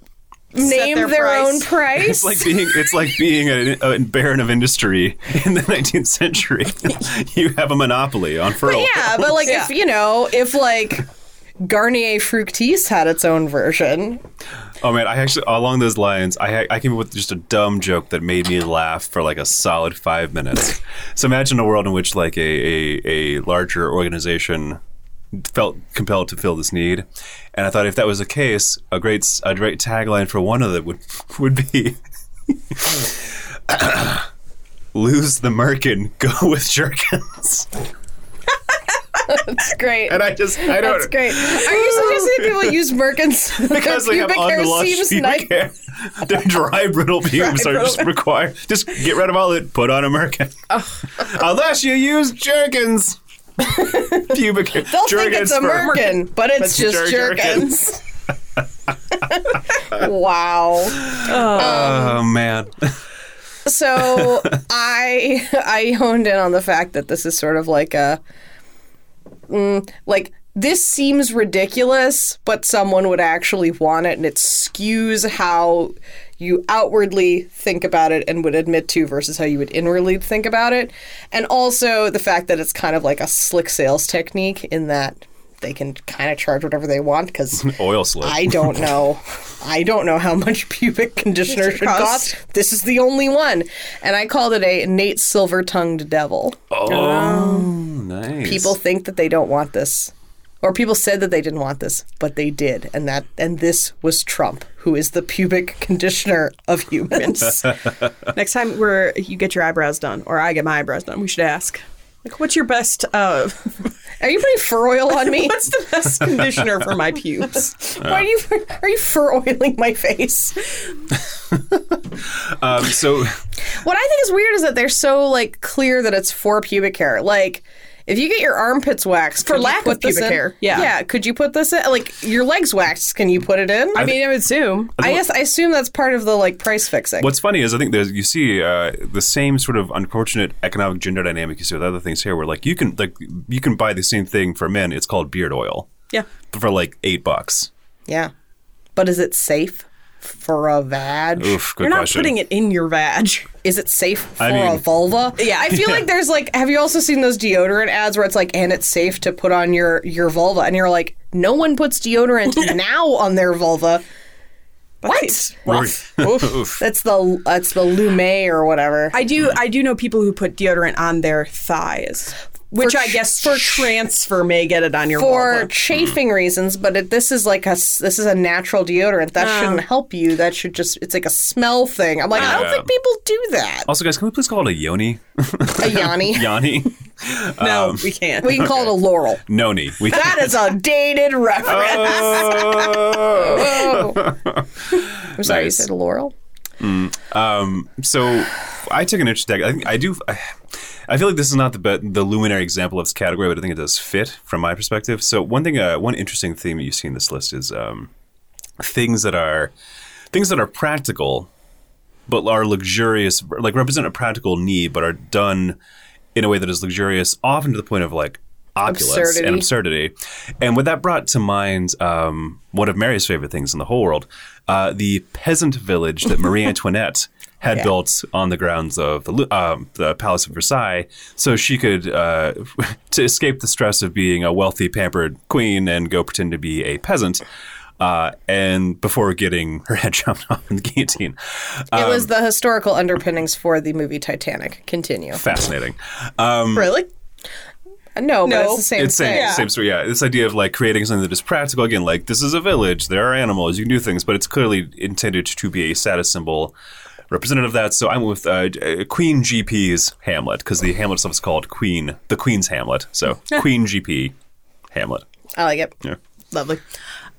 Speaker 2: name
Speaker 1: their
Speaker 2: their,
Speaker 1: price.
Speaker 2: own price.
Speaker 3: It's like being it's like being a, a baron of industry in the *laughs* 19th century. you have a monopoly on fur. oil.
Speaker 2: yeah, but like if you know, if like Garnier Fructis had its own version,
Speaker 3: Oh man, I actually along those lines, I ha- I came up with just a dumb joke that made me laugh for like a solid five minutes. so imagine a world in which like a, a a larger organization felt compelled to fill this need, and I thought if that was the case, a great s- a great tagline for one of them would *laughs* would be. Lose the merkin, go with jerkins, *laughs*
Speaker 2: it's great.
Speaker 3: and I just I don't
Speaker 2: That's great. Are you suggesting people
Speaker 3: *laughs*
Speaker 2: use Merkins
Speaker 3: because they have on the
Speaker 2: *laughs*
Speaker 3: lush pubic *laughs* hair. Their dry, brittle pubes are just required. Just get rid of all it. Put on a merkin. Unless you use jerkins. pubic hair.
Speaker 2: They'll think it's a merkin, but it's
Speaker 3: But
Speaker 2: just
Speaker 3: jer-
Speaker 2: jerkins. *laughs*
Speaker 3: *laughs*
Speaker 2: wow.
Speaker 3: Oh man. *laughs*
Speaker 2: So I I honed in on the fact that this is sort of like a mm, like this seems ridiculous, but someone would actually want it, and it skews how you outwardly think about it and would admit to versus how you would inwardly think about it. And also the fact that it's kind of like a slick sales technique in that they can kind of charge whatever they want because
Speaker 3: *laughs* Oil slick.
Speaker 2: I don't
Speaker 3: *laughs*
Speaker 2: know. I don't know how much pubic conditioner should
Speaker 1: Cost.
Speaker 2: cost. This is the only one. And I called it a Nate Silver tongued devil.
Speaker 3: oh, nice.
Speaker 2: People think that they don't want this. Or people said that they didn't want this, but they did. And that and this was Trump, who is the pubic conditioner of humans.
Speaker 1: Next time we're you get your eyebrows done, or I get my eyebrows done, we should ask. Like, what's your best? Uh, *laughs*
Speaker 2: Are you putting fur oil on me?
Speaker 1: what's the best conditioner for my pubes?
Speaker 2: Why are you are you fur oiling my face?
Speaker 3: Um, so
Speaker 2: What I think is weird is that they're so like clear that it's for pubic hair. Like if you get your armpits waxed for
Speaker 1: lack of pubic hair, yeah.
Speaker 2: yeah, could you put this in? Like your legs waxed, can you put it in? I,
Speaker 1: I mean, I would assume.
Speaker 2: I guess I assume that's part of the like price fixing.
Speaker 3: What's funny is I think there's you see uh, the same sort of unfortunate economic gender dynamic you see with other things here, where like you can like you can buy the same thing for men. It's called beard oil
Speaker 1: Yeah.
Speaker 3: for like eight bucks.
Speaker 2: Yeah, but is it safe for a vag?
Speaker 3: Oof, good
Speaker 1: You're not
Speaker 3: question.
Speaker 1: putting it in your vag.
Speaker 2: Is it safe for
Speaker 3: I
Speaker 2: a
Speaker 3: mean-
Speaker 2: vulva?
Speaker 1: *laughs* Yeah.
Speaker 2: I feel like there's like, have you also seen those deodorant ads where it's like, and it's safe to put on your your vulva, and you're like, no one
Speaker 1: *laughs*
Speaker 2: puts deodorant now on their vulva. What?
Speaker 3: *laughs* Oof.
Speaker 2: That's the that's the Lume or whatever.
Speaker 1: I do. I do know people who put deodorant on their thighs, which
Speaker 2: For
Speaker 1: I
Speaker 2: ch-
Speaker 1: guess for transfer may get it on your
Speaker 2: for
Speaker 1: vulva.
Speaker 2: chafing reasons, but it, this is like a s- this is a natural deodorant that shouldn't help you. That should just it's like a smell thing. I'm like, I don't
Speaker 3: Yeah.
Speaker 2: think people do
Speaker 3: *laughs*
Speaker 2: that.
Speaker 3: Also, guys, can we please call it a yoni?
Speaker 2: A yanni.
Speaker 3: Yanni?
Speaker 1: No, we can't.
Speaker 2: We can call it a laurel.
Speaker 3: Noni. We *laughs*
Speaker 2: That is a dated reference.
Speaker 3: Oh.
Speaker 2: Oh. *laughs* I'm sorry, you
Speaker 3: Nice.
Speaker 2: said Laurel?
Speaker 3: um, so I took an interesting. I think I do. I, I feel like this is not the be- the luminary example of this category, but I think it does fit from my perspective. So one thing, uh, one interesting theme that you see in this list is um, things that are things that are practical, but are luxurious, like represent a practical need, but are done in a way that is luxurious, often to the point of like opulence
Speaker 2: Absurdity.
Speaker 3: and absurdity. And what that brought to mind, um, one of Mary's favorite things in the whole world, uh, the peasant village that Marie Antoinette had built on the grounds of the, Lou- um, the Palace of Versailles, so she could uh, *laughs* to escape the stress of being a wealthy, pampered queen and go pretend to be a peasant. Uh, and before getting her *laughs* head chopped off in the guillotine,
Speaker 2: it
Speaker 3: Um,
Speaker 2: was the historical underpinnings for the movie Titanic. Continue.
Speaker 3: fascinating.
Speaker 1: really?
Speaker 2: No, but
Speaker 1: No.
Speaker 2: it's the same
Speaker 3: um, it's same,
Speaker 2: thing.
Speaker 3: same story. Yeah, this idea of like creating something that is practical. Again, like this is a village. There are animals. You can do things, but it's clearly intended to be a status symbol representative of that. So I'm with uh, J- uh, Queen GP's Hamlet because the Hamlet stuff is called Queen, the Queen's Hamlet.
Speaker 2: *laughs*
Speaker 3: So Queen GP Hamlet.
Speaker 2: I like it.
Speaker 3: Yeah.
Speaker 1: Lovely.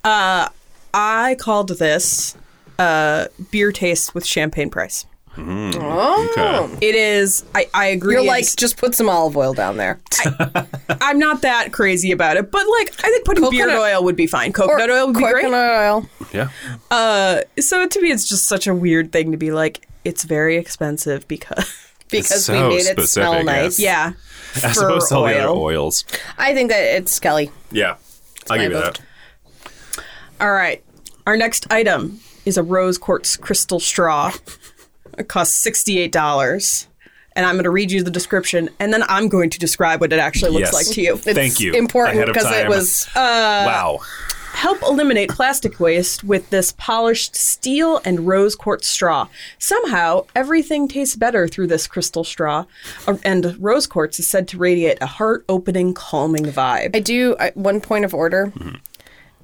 Speaker 1: Uh, I called this uh, beer taste with champagne price.
Speaker 3: Okay.
Speaker 2: Hmm.
Speaker 1: It is. I, I agree.
Speaker 2: You're
Speaker 1: it's-
Speaker 2: like, just put some olive oil down there.
Speaker 1: I'm not that crazy about it, but like I think putting
Speaker 2: Coconut-
Speaker 1: beard oil would be fine. Coconut oil would be
Speaker 2: coconut
Speaker 1: great.
Speaker 2: oil.
Speaker 3: Yeah.
Speaker 1: Uh, so to me, it's just such a weird thing to be like. It's very expensive because
Speaker 2: Because we
Speaker 3: so
Speaker 2: made it smell
Speaker 3: specific,
Speaker 2: nice.
Speaker 3: yes.
Speaker 1: yeah,
Speaker 3: As
Speaker 1: fur
Speaker 3: opposed to all the other
Speaker 1: oil.
Speaker 3: oils.
Speaker 2: I think that it's Skelly.
Speaker 3: Yeah. I'll give you
Speaker 2: my
Speaker 3: that.
Speaker 1: All right. Our next item is a rose quartz crystal
Speaker 2: *laughs*
Speaker 1: straw. It costs $68. And I'm going to read you the description and then I'm going to describe what it actually looks
Speaker 3: Yes.
Speaker 1: like to you.
Speaker 3: Thank you.
Speaker 2: Important
Speaker 3: Ahead of
Speaker 2: because it
Speaker 3: time.
Speaker 2: was
Speaker 3: wow.
Speaker 1: Help eliminate plastic waste with this polished steel and rose quartz straw. Somehow, everything tastes better through this crystal straw, Uh, and rose quartz is said to radiate a heart opening, calming vibe.
Speaker 2: I do I, one point of order.
Speaker 3: Mm-hmm.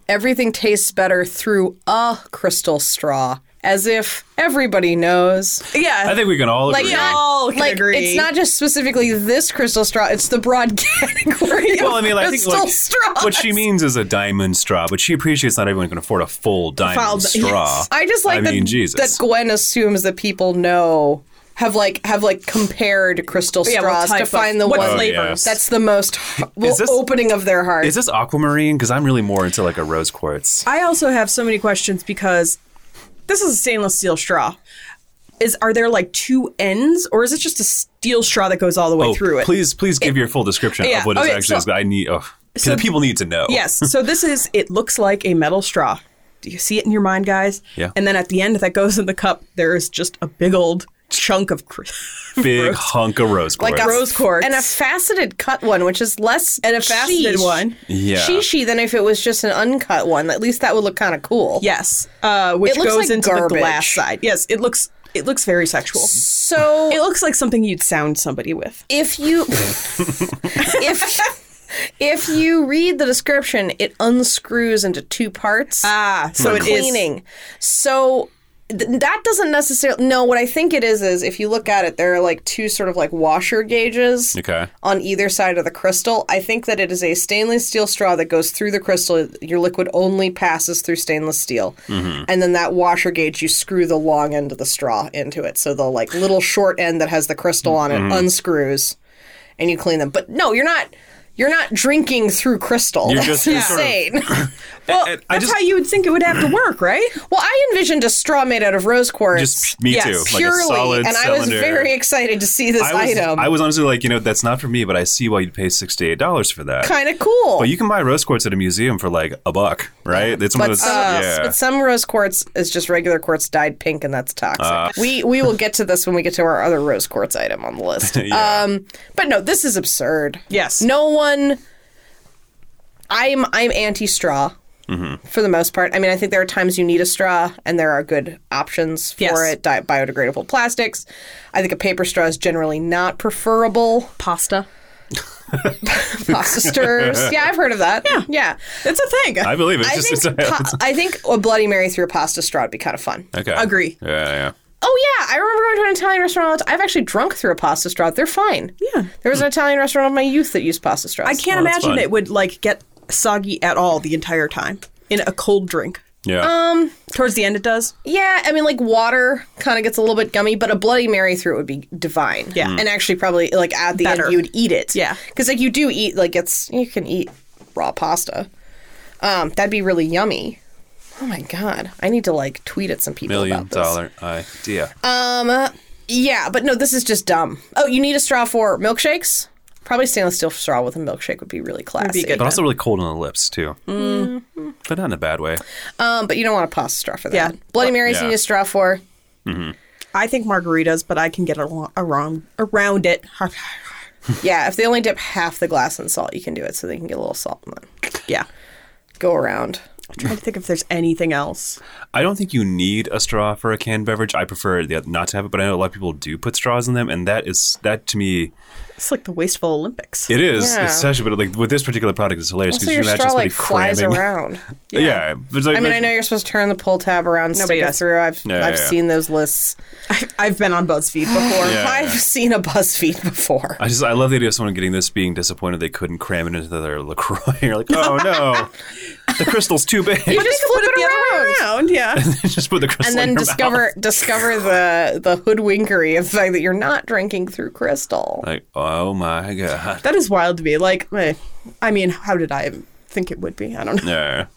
Speaker 2: Everything tastes better through a crystal straw, as if everybody knows.
Speaker 1: yeah.
Speaker 3: I think we can all
Speaker 2: Like
Speaker 3: agree.
Speaker 2: not
Speaker 1: all can
Speaker 2: like
Speaker 1: agree.
Speaker 2: it's not just specifically this crystal straw; it's the broad *laughs* category.
Speaker 3: Well, I mean, like, I think
Speaker 2: crystal
Speaker 3: like,
Speaker 2: straw.
Speaker 3: what she means is a diamond straw, but she appreciates not everyone can afford a full diamond
Speaker 1: Filed-
Speaker 3: straw.
Speaker 1: yes.
Speaker 2: I just like
Speaker 3: I
Speaker 2: that,
Speaker 3: mean, Jesus.
Speaker 2: that Gwen assumes that people know have like have like compared crystal
Speaker 1: yeah, what
Speaker 2: straws
Speaker 1: type
Speaker 2: to
Speaker 1: of-
Speaker 2: find the
Speaker 1: what
Speaker 2: one
Speaker 3: flavor?
Speaker 1: flavors.
Speaker 3: Oh, yeah.
Speaker 2: that's the most h- well,
Speaker 3: this-
Speaker 2: opening of their heart.
Speaker 3: Is this aquamarine? Because I'm really more into like a rose quartz.
Speaker 1: I also have so many questions because this is a stainless steel straw. Is are there like two ends, or is it just a steel straw that goes all the way
Speaker 3: Oh,
Speaker 1: through it?
Speaker 3: pleplease, please give your full description
Speaker 1: yeah,
Speaker 3: of what it
Speaker 1: okay,
Speaker 3: actually
Speaker 1: so-
Speaker 3: is. I need. Oh, the people need to know.
Speaker 1: Yes. So this is. It looks like a metal straw. you see it in your mind, guys.
Speaker 3: Yeah.
Speaker 1: And then at the end, that goes in the cup. There is just a big old chunk of cr- *laughs*
Speaker 3: Big
Speaker 1: roast-
Speaker 3: hunk of rose quartz.
Speaker 2: like a
Speaker 1: Rose quartz.
Speaker 2: and a faceted cut one, which is less
Speaker 1: and a faceted one.
Speaker 3: Yeah.
Speaker 2: shishi than if it was just an uncut one. At least that would look kind of cool.
Speaker 1: Yes. Uh, which
Speaker 2: It looks
Speaker 1: goes
Speaker 2: like
Speaker 1: into the
Speaker 2: garbage.
Speaker 1: glass side. Yes. It looks it looks very sexual.
Speaker 2: So
Speaker 1: It looks like something you'd sound somebody with.
Speaker 2: if
Speaker 3: *laughs*
Speaker 2: you if if you read the description, it unscrews into two parts.
Speaker 1: Ah,
Speaker 3: Hmm.
Speaker 1: so it is.
Speaker 2: cleaning. So th- that doesn't necessarily no what i think it is is if you look at it there are like two sort of like washer gauges
Speaker 3: Okay.
Speaker 2: on either side of the crystal i think that it is a stainless steel straw that goes through the crystal your liquid only passes through stainless steel
Speaker 3: Mm-hmm.
Speaker 2: and then that washer gauge you screw the long end of the straw into it so the like little short end that has the crystal on it
Speaker 3: Mm-hmm.
Speaker 2: unscrews and you clean them but no you're not you're not drinking through crystal
Speaker 3: You're
Speaker 2: that's
Speaker 3: just- you're sort of-
Speaker 2: insane
Speaker 1: Well,
Speaker 3: And I
Speaker 1: that's
Speaker 3: just-
Speaker 1: how you would think it would have to work, right?
Speaker 2: Well, I envisioned a straw made out of rose quartz.
Speaker 3: Just me
Speaker 1: Yes,
Speaker 3: too. Like
Speaker 2: purely,
Speaker 3: a solid
Speaker 2: and I
Speaker 3: cylinder.
Speaker 2: was very excited to see this
Speaker 3: I was,
Speaker 2: item.
Speaker 3: I was honestly like, you know, that's not for me, but I see why you'd pay sixty eight dollars for that.
Speaker 2: kind of cool.
Speaker 3: But you can buy rose quartz at a museum for like a buck, right? It's one
Speaker 2: but, uh,
Speaker 3: of those.
Speaker 2: some,
Speaker 3: yeah.
Speaker 2: but some rose quartz is just regular quartz dyed pink, and that's toxic.
Speaker 3: Uh.
Speaker 2: we we will get to this when we get to our other rose quartz item on the list.
Speaker 3: *laughs* Yeah.
Speaker 2: Um, but no, this is absurd.
Speaker 1: Yes.
Speaker 2: no one. I'm I'm anti straw.
Speaker 3: Mm-hmm.
Speaker 2: For the most part, I mean, I think there are times you need a straw, and there are good options for
Speaker 1: Yes.
Speaker 2: it. Di- biodegradable plastics. I think a paper straw is generally not
Speaker 3: *laughs*
Speaker 2: preferable.
Speaker 1: Pasta.
Speaker 2: pasta stirs. yeah, I've heard of that. Yeah, yeah.
Speaker 1: It's a thing.
Speaker 3: I Oh, believe it.
Speaker 2: I
Speaker 3: Just,
Speaker 2: think
Speaker 3: it's,
Speaker 2: pa- I think a Bloody Mary through a pasta straw would be kind of fun.
Speaker 3: *laughs* okay.
Speaker 1: Agree.
Speaker 3: Yeah, yeah.
Speaker 2: Oh yeah, I remember going to an Italian restaurant. All the time. I've actually drunk through a pasta straw. They're fine.
Speaker 1: Yeah.
Speaker 2: there was an Italian restaurant of my youth that used pasta straws.
Speaker 1: I can't
Speaker 3: Well, that's
Speaker 1: imagine
Speaker 3: fun.
Speaker 1: it would like get soggy at all the entire time in a cold drink.
Speaker 3: Yeah.
Speaker 2: Um,
Speaker 1: Towards the end, it does.
Speaker 2: Yeah, I mean, like water kind of gets a little bit gummy, but a Bloody Mary through it would be divine.
Speaker 1: Yeah. Mm.
Speaker 2: and actually probably like at the
Speaker 1: Better.
Speaker 2: end you'd eat it.
Speaker 1: Yeah.
Speaker 2: because like you do eat like it's you can eat raw pasta. Um, that'd be really yummy. Oh my god, I need to like tweet at some people
Speaker 3: Million
Speaker 2: about this. Um,
Speaker 3: dollar idea.
Speaker 2: Yeah, but no, this is just dumb. Oh, you need a straw for milkshakes? Probably stainless steel straw with a milkshake would be really classy.
Speaker 1: good.
Speaker 3: but also really cold on the lips too.
Speaker 2: Mm-hmm.
Speaker 3: But not in a bad way.
Speaker 2: Um, but you don't want a pasta straw for that.
Speaker 1: Yeah.
Speaker 2: Bloody Marys
Speaker 3: Yeah.
Speaker 2: you need a straw for.
Speaker 1: I think margaritas, but I can get along, around around it. *sighs*
Speaker 2: Yeah, if they only dip half the glass in salt, you can do it so they can get a little salt and then
Speaker 1: yeah.
Speaker 2: go around.
Speaker 1: I'm trying to think if there's anything else.
Speaker 3: I don't think you need a straw for a canned beverage. I prefer the, not to have it, but I know a lot of people do put straws in them, and that is that to me
Speaker 1: It's like the wasteful Olympics.
Speaker 3: it is
Speaker 2: Yeah.
Speaker 3: especially. But like with this particular product, it's hilarious
Speaker 2: Also,
Speaker 3: you
Speaker 2: your
Speaker 3: can
Speaker 2: straw like
Speaker 3: imagine somebody
Speaker 2: flies
Speaker 3: *laughs*
Speaker 2: around.
Speaker 3: Yeah, there's like-
Speaker 2: I mean, I
Speaker 3: like-
Speaker 2: know you're supposed to turn the pull tab around,
Speaker 1: Nobody
Speaker 2: stick it
Speaker 1: does.
Speaker 2: through. I've
Speaker 3: Yeah,
Speaker 2: I've
Speaker 3: yeah, yeah.
Speaker 2: seen those lists.
Speaker 1: I've, I've been on
Speaker 2: *gasps*
Speaker 1: BuzzFeed before.
Speaker 3: Yeah,
Speaker 2: *laughs* I've
Speaker 3: yeah.
Speaker 2: seen a BuzzFeed before.
Speaker 3: I just I love the idea of someone getting this, being disappointed they couldn't cram it into their *laughs* Lacroix. You're like, oh
Speaker 2: *laughs*
Speaker 3: no, the crystal's too big.
Speaker 2: You just flip it,
Speaker 1: around,
Speaker 2: around.
Speaker 1: yeah.
Speaker 3: *laughs* just put the crystal
Speaker 2: and
Speaker 3: in
Speaker 2: then
Speaker 3: your mouth.
Speaker 2: discover discover the the hoodwinkery of the fact that you're not drinking through crystal.
Speaker 3: Like, oh my god. *laughs*
Speaker 1: that is wild to me. Like, eh, I mean, how did I think it would be? I don't know.
Speaker 3: Yeah.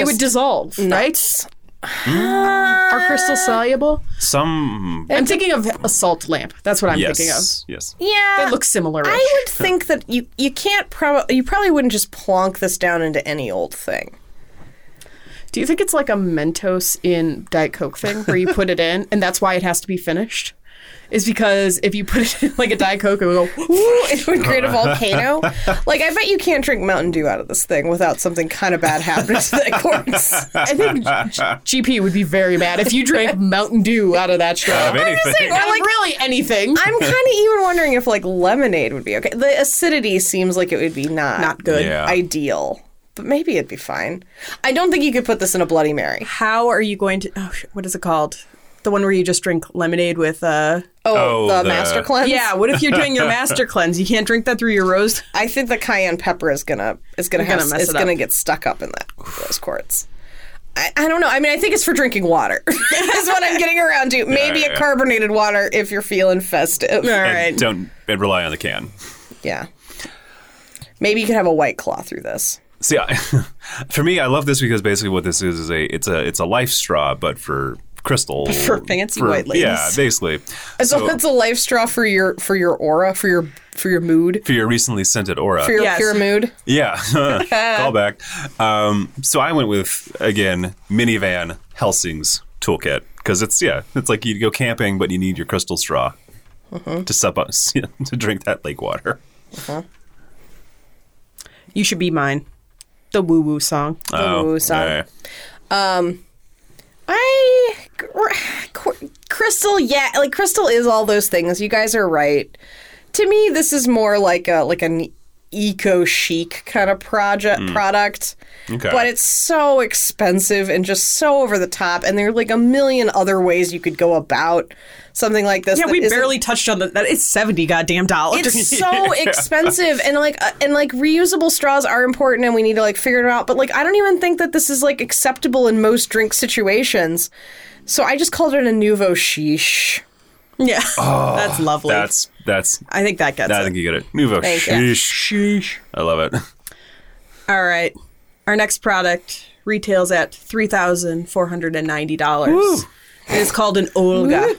Speaker 1: it would dissolve, Ah. right? Are crystals soluble?
Speaker 3: Some
Speaker 1: I'm thinking of a salt lamp. That's what I'm thinking of.
Speaker 3: yes, yes.
Speaker 2: yeah,
Speaker 1: They look similar.
Speaker 2: I would think that you you can't probably you probably wouldn't just plonk this down into any old thing.
Speaker 1: Do you think it's like a Mentos in Diet Coke thing where you put it in and that's why it has to be finished? Is because if you put it in like a Diet Coke, it will go.
Speaker 2: Ooh, *laughs* it would create a volcano. like I bet you can't drink Mountain Dew out of this thing without something kind of bad happening to the
Speaker 1: *laughs*
Speaker 2: corpse.
Speaker 1: I think G- GP would be very mad if you *laughs* drank Mountain Dew out of that straw.
Speaker 3: Of anything.
Speaker 1: *laughs*
Speaker 2: saying,
Speaker 1: Or
Speaker 2: like-
Speaker 1: like really anything.
Speaker 2: I'm kind of even wondering if like lemonade would be okay. The acidity seems like it would be not
Speaker 1: Not good.
Speaker 3: Yeah.
Speaker 2: ideal, but maybe it'd be fine. I don't think you could put this in a Bloody Mary.
Speaker 1: How are you going to? Oh, sh- what is it called? The one where you just drink lemonade with. uh
Speaker 2: Oh,
Speaker 3: Oh,
Speaker 2: the,
Speaker 3: the-
Speaker 2: master
Speaker 1: *laughs*
Speaker 2: cleanse.
Speaker 1: Yeah. What if you're doing
Speaker 2: *laughs*
Speaker 1: your master cleanse? You can't drink that through your rose.
Speaker 2: I think the cayenne pepper is gonna is gonna,
Speaker 1: You're
Speaker 2: have,
Speaker 1: gonna mess
Speaker 2: is
Speaker 1: it
Speaker 2: gonna
Speaker 1: up.
Speaker 2: get stuck up in that those quartz. I, I don't know. I mean, I think it's for drinking water. *laughs* is what I'm getting around to. Maybe
Speaker 3: yeah,
Speaker 2: a
Speaker 3: yeah.
Speaker 2: carbonated water if you're feeling festive.
Speaker 1: All
Speaker 3: And
Speaker 1: right.
Speaker 3: Don't and rely on the can.
Speaker 2: Yeah. Maybe you could have a white claw through this.
Speaker 3: See, I, *laughs* for me, I love this because basically what this is is a it's a it's a life straw, but for crystal
Speaker 1: For fancy white ladies.
Speaker 3: Yeah, basically.
Speaker 2: It's,
Speaker 3: So,
Speaker 2: a, it's a life straw for your for your aura for your for your mood,
Speaker 3: for your recently scented aura.
Speaker 2: for your
Speaker 1: Yes.
Speaker 2: pure mood.
Speaker 3: yeah,
Speaker 1: *laughs*
Speaker 3: *laughs* callback. Um, so I went with again minivan Helsing's toolkit because it's yeah, it's like you go camping but you need your crystal straw
Speaker 1: Mm-hmm.
Speaker 3: to sup *laughs* up to drink that lake water.
Speaker 1: You should be mine. The woo woo song.
Speaker 3: Oh,
Speaker 2: Ooh, sorry.
Speaker 3: alright.
Speaker 2: I Cr- crystal, yeah, like crystal is all those things. You guys are right. To me, this is more like a like an eco chic kind of project product.
Speaker 3: Okay.
Speaker 2: But it's so expensive and just so over the top, and there are like a million other ways you could go about something like this.
Speaker 1: Yeah,
Speaker 2: that
Speaker 1: we
Speaker 2: isn't-
Speaker 1: barely touched on the, that. It's seventy goddamn dollars.
Speaker 2: *laughs* It's so expensive, and like uh, and like reusable straws are important, and we need to like figure it out. But like, I don't even think that this is like acceptable in most drink situations. So I just called it a nouveau sheesh.
Speaker 1: *laughs* yeah,
Speaker 2: Oh,
Speaker 1: that's lovely.
Speaker 3: That's that's.
Speaker 1: I think that gets
Speaker 3: I
Speaker 1: it.
Speaker 3: think you get it. Nouveau.
Speaker 2: Thank you.
Speaker 3: Sheesh. I love it. *laughs*
Speaker 1: All right, our next product retails at three thousand four hundred and ninety dollars. It is called an Olga.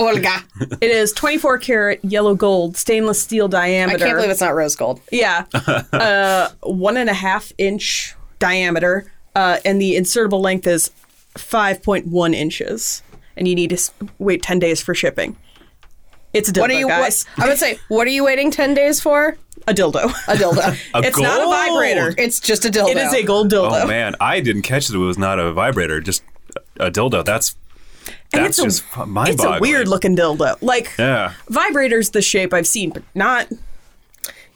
Speaker 2: Olga,
Speaker 1: it is twenty four karat yellow gold stainless steel
Speaker 2: I
Speaker 1: diameter.
Speaker 2: can't believe it's not rose gold.
Speaker 1: Yeah.
Speaker 3: *laughs*
Speaker 1: uh, one and a half inch diameter, uh, and the insertable length is 5.1 inches. And you need to s- wait 10 days for shipping. It's a dildo,
Speaker 2: What are you?
Speaker 1: guys.
Speaker 2: What, I would say, what are you waiting ten days for?
Speaker 1: A dildo.
Speaker 2: A dildo.
Speaker 1: it's not a
Speaker 3: gold?
Speaker 1: vibrator.
Speaker 2: it's just a
Speaker 1: *laughs*
Speaker 2: dildo.
Speaker 1: It is a gold dildo.
Speaker 3: Oh man, I didn't catch that it was not a vibrator, just a dildo. That's
Speaker 1: And
Speaker 3: that's
Speaker 1: it's
Speaker 3: just
Speaker 1: a,
Speaker 3: mind
Speaker 1: It's a weird looking dildo. Like,
Speaker 3: Yeah.
Speaker 1: vibrator's the shape I've seen, but not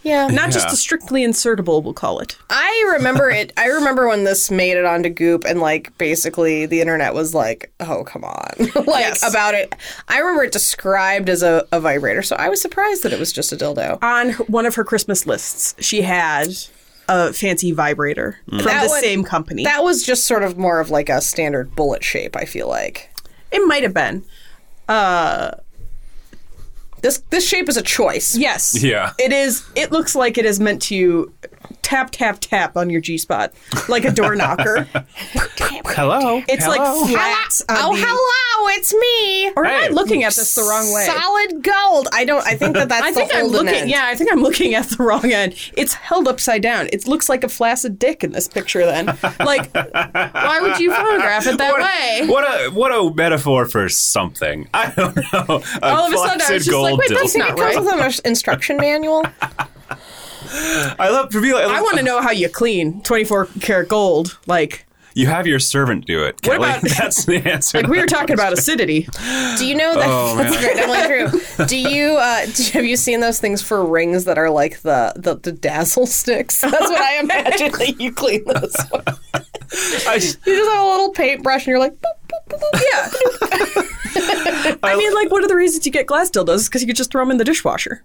Speaker 2: Yeah.
Speaker 1: not just
Speaker 3: Yeah.
Speaker 1: a strictly insertable, we'll call it.
Speaker 2: I remember it. I remember when this made it onto Goop, and like basically the internet was like, "Oh, come on!" *laughs* like
Speaker 1: Yes.
Speaker 2: about it. I remember it described as a, a vibrator, so I was surprised that it was just a dildo.
Speaker 1: On her- one of her Christmas lists, she had a fancy vibrator
Speaker 3: Mm.
Speaker 1: from
Speaker 2: That
Speaker 1: the
Speaker 2: one-
Speaker 1: same company.
Speaker 2: That was just sort of more of like a standard bullet shape. I feel like
Speaker 1: It might have been.
Speaker 2: this this shape is a choice.
Speaker 1: Yes.
Speaker 3: Yeah.
Speaker 1: It is. It looks like it is meant to tap tap tap on your G spot like a door
Speaker 3: *laughs*
Speaker 1: knocker.
Speaker 3: Hello.
Speaker 1: It's
Speaker 3: Hello?
Speaker 1: like flat.
Speaker 2: Oh, hello, it's me.
Speaker 1: Or am I
Speaker 3: Hey.
Speaker 1: looking at this the wrong way?
Speaker 2: Solid gold. I don't. *laughs* I think that that's
Speaker 1: I
Speaker 2: the
Speaker 1: think I'm
Speaker 2: golden
Speaker 1: looking.
Speaker 2: end.
Speaker 1: Yeah, I think I'm looking at the wrong end. It's held upside down. It looks like a flaccid dick in this picture. Then, like, why would you photograph it that way?
Speaker 3: What a what a metaphor for something. *laughs* I don't know. A
Speaker 1: All of a sudden, I was
Speaker 3: flaccid
Speaker 1: just like,
Speaker 3: gold
Speaker 1: wait, that's
Speaker 3: dildo.
Speaker 2: Think
Speaker 1: not
Speaker 2: it
Speaker 1: right.
Speaker 2: comes with an ins- instruction manual.
Speaker 3: I love to be like.
Speaker 1: I want to know how you clean 24 karat gold. Like,
Speaker 3: You have your servant do it. Kelly.
Speaker 1: about-
Speaker 3: *laughs* that's the answer.
Speaker 1: like we were talking about
Speaker 3: *laughs*
Speaker 1: acidity.
Speaker 2: Do you know that?
Speaker 3: Oh,
Speaker 2: *laughs* that's definitely true. Do you, uh, do you- have you seen those things for rings that are like the the, the dazzle sticks? That's what I imagine that you clean those. With.
Speaker 3: I, just-
Speaker 2: You just have a little paintbrush and you're like, boop, boop, boop, boop.
Speaker 1: Yeah. I mean, like, one of the reasons you get glass dildos is because you could just throw them in the dishwasher.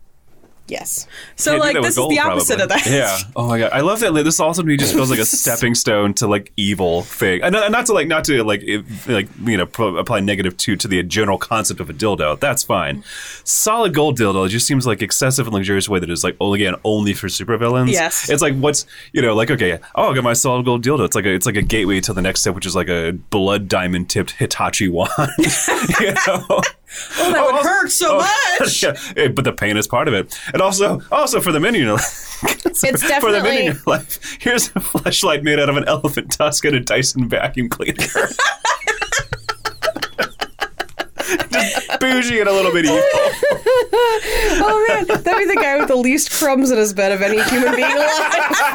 Speaker 2: yes.
Speaker 1: So
Speaker 3: can't do
Speaker 1: like
Speaker 3: that with
Speaker 1: this is
Speaker 3: gold,
Speaker 1: the opposite
Speaker 3: probably.
Speaker 1: of that.
Speaker 3: Yeah.
Speaker 1: *laughs*
Speaker 3: Oh my god, I love that. like, This also to me just feels like a stepping stone to like evil thing, and not not to like not to like if- like you know pro- apply negative two to the general concept of a dildo. That's fine. Solid gold dildo it just seems like excessive and luxurious way that is like only again only for supervillains.
Speaker 1: Yes.
Speaker 3: It's like what's you know like okay oh I got my solid gold dildo. It's like a, it's like a gateway to the next step, which is like a blood diamond tipped Hitachi wand. *laughs* you know.
Speaker 1: Oh, that would hurt so
Speaker 3: *laughs*
Speaker 1: much.
Speaker 3: Yeah, eh, but the pain is part of it, and also, also for the men, you know,
Speaker 2: It's
Speaker 3: *laughs* for the men in
Speaker 2: definitely
Speaker 3: your life, here's a flashlight made out of an elephant tusk and a Dyson vacuum cleaner. *laughs* Just bougie and a little bit evil.
Speaker 1: *laughs*
Speaker 2: Oh man, that'd be the guy with the least crumbs in his bed of any human being alive.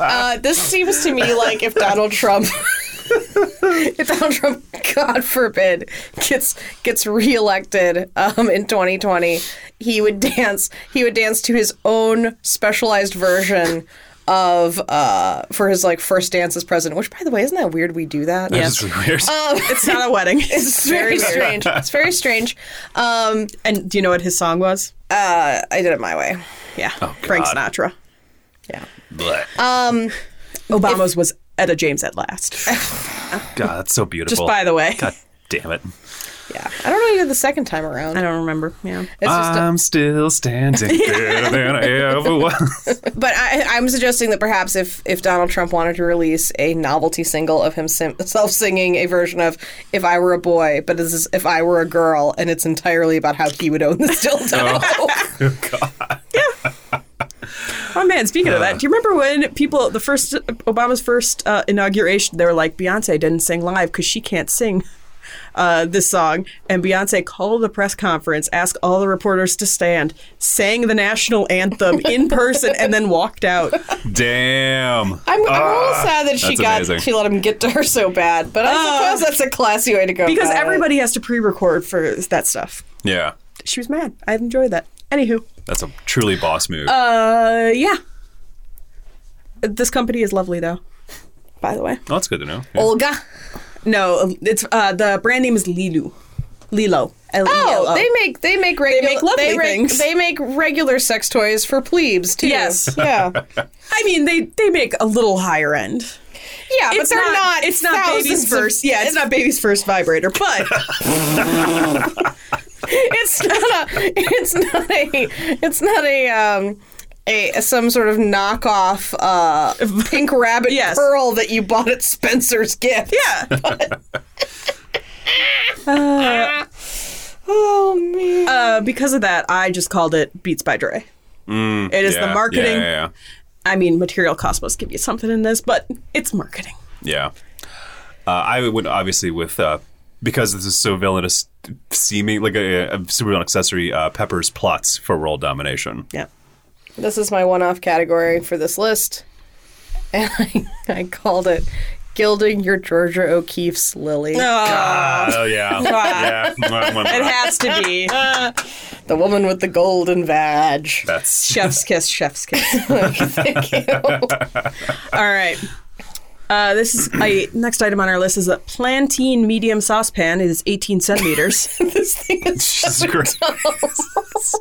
Speaker 2: uh, this seems to me like if Donald Trump, *laughs* if Donald Trump, God forbid, gets gets reelected um, in 2020, he would dance. He would dance to his own specialized version of uh for his like first dance as president which by the way isn't that weird we do that
Speaker 3: That's really weird.
Speaker 1: It's not a wedding.
Speaker 2: it's very
Speaker 1: weird.
Speaker 2: strange it's very strange um
Speaker 1: *laughs* And do you know what his song was?
Speaker 2: uh i did it my way
Speaker 1: Yeah, Frank Sinatra.
Speaker 2: Yeah.
Speaker 3: Blech.
Speaker 1: uh, Obama's was Etta James at last.
Speaker 3: God, that's so beautiful.
Speaker 1: Just by the way.
Speaker 3: God damn it.
Speaker 2: Yeah. I don't know you did the second time around.
Speaker 1: I don't remember. Yeah.
Speaker 2: It's just a-
Speaker 3: I'm still standing
Speaker 1: *laughs*
Speaker 3: better than I ever was.
Speaker 2: but I, I'm suggesting that perhaps if, if Donald Trump wanted to release a novelty single of him sim- self singing a version of "If I Were a Boy," but this is "If I Were a Girl," and it's entirely about how he would own the dildo.
Speaker 1: Oh man, speaking of that, do you remember when people the first Obama's first uh, inauguration, they were like Beyonce didn't sing live because she can't sing uh, this song, and Beyonce called a press conference, asked all the reporters to stand, sang the national anthem in person, and then walked out.
Speaker 3: Damn.
Speaker 2: *laughs*
Speaker 3: Ah.
Speaker 2: I'm, I'm a little sad that she
Speaker 3: that's
Speaker 2: got
Speaker 3: amazing.
Speaker 2: she let him get to her so bad, but I suppose that's a classy way to go.
Speaker 1: Because
Speaker 2: about it.
Speaker 1: everybody has to pre-record for that stuff.
Speaker 3: Yeah,
Speaker 1: She was mad. I enjoyed that. Anywho,
Speaker 3: that's a truly boss move.
Speaker 1: uh, yeah, this company is lovely though. By the way,
Speaker 3: oh, that's good to know. Yeah.
Speaker 2: Olga.
Speaker 1: no, it's uh, the brand name is Lilu, Lilo. E
Speaker 2: Oh,
Speaker 1: L-E-L-O.
Speaker 2: they make they make regular
Speaker 1: make lovely
Speaker 2: they
Speaker 1: things.
Speaker 2: They make regular sex toys for plebes too. *laughs*
Speaker 1: Yes.
Speaker 2: yeah, yeah,
Speaker 1: I mean, they they make a little higher end.
Speaker 2: but they're not.
Speaker 1: It's not
Speaker 2: thousands
Speaker 1: baby's
Speaker 2: of-
Speaker 1: first. Yeah, *laughs* it's not baby's first vibrator,
Speaker 3: *laughs*
Speaker 1: but
Speaker 2: it's not a it's not a it's not a um a some sort of knockoff uh pink rabbit
Speaker 1: *laughs* Yes.
Speaker 2: pearl that you bought at Spencer's gift.
Speaker 1: yeah. *laughs*
Speaker 2: Oh man.
Speaker 1: Uh, because of that, I just called it Beats by Dre. it is
Speaker 3: Mm, Yeah,
Speaker 1: the marketing.
Speaker 3: Yeah, yeah,
Speaker 1: I mean, Material Cosmos give you something in this, but it's marketing.
Speaker 3: yeah. yeah. Uh, I would obviously with uh, because this is so villainous, seeming like a, a super villain accessory. Uh, Pepper's plots for world domination.
Speaker 1: Yeah.
Speaker 2: This is my one-off category for this list. And I, I called it gilding your Georgia O'Keeffe's lily.
Speaker 3: Oh
Speaker 2: *laughs*
Speaker 3: yeah, *laughs* yeah. Mwah, mwah,
Speaker 1: It
Speaker 3: mwah.
Speaker 1: has to be
Speaker 2: The woman with the golden vag.
Speaker 3: That's
Speaker 1: chef's kiss, chef's kiss. All right. Uh, this is I, next item on our list is a plantain medium saucepan. It is 18 centimeters.
Speaker 2: *laughs* *laughs* this thing is
Speaker 3: Jesus Christ.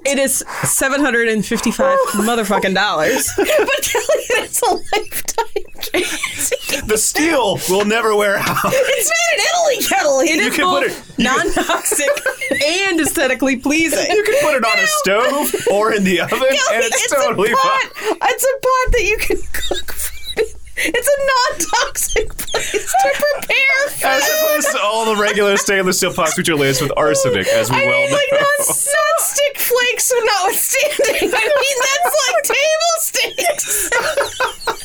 Speaker 1: It is seven hundred and fifty-five motherfucking dollars.
Speaker 2: but Kelly, that's a lifetime.
Speaker 1: *laughs*
Speaker 3: The steel will never wear out.
Speaker 2: It's made in Italy, Kelly.
Speaker 1: It
Speaker 3: You
Speaker 1: is
Speaker 3: can put
Speaker 1: both
Speaker 3: it-
Speaker 1: non-toxic and aesthetically pleasing.
Speaker 3: You can put it on a stove or
Speaker 2: *laughs*
Speaker 3: in the oven, and it's, totally
Speaker 2: a pot.
Speaker 3: fine.
Speaker 2: It's a pot that you can cook food in. It's a
Speaker 3: *laughs*
Speaker 2: non-toxic place to prepare food.
Speaker 3: As opposed to all the regular stainless steel pots, which are laced with arsenic, as we
Speaker 2: I
Speaker 3: well
Speaker 2: mean,
Speaker 3: know.
Speaker 2: like non non-stick flakes, notwithstanding. I mean, that's like table stakes.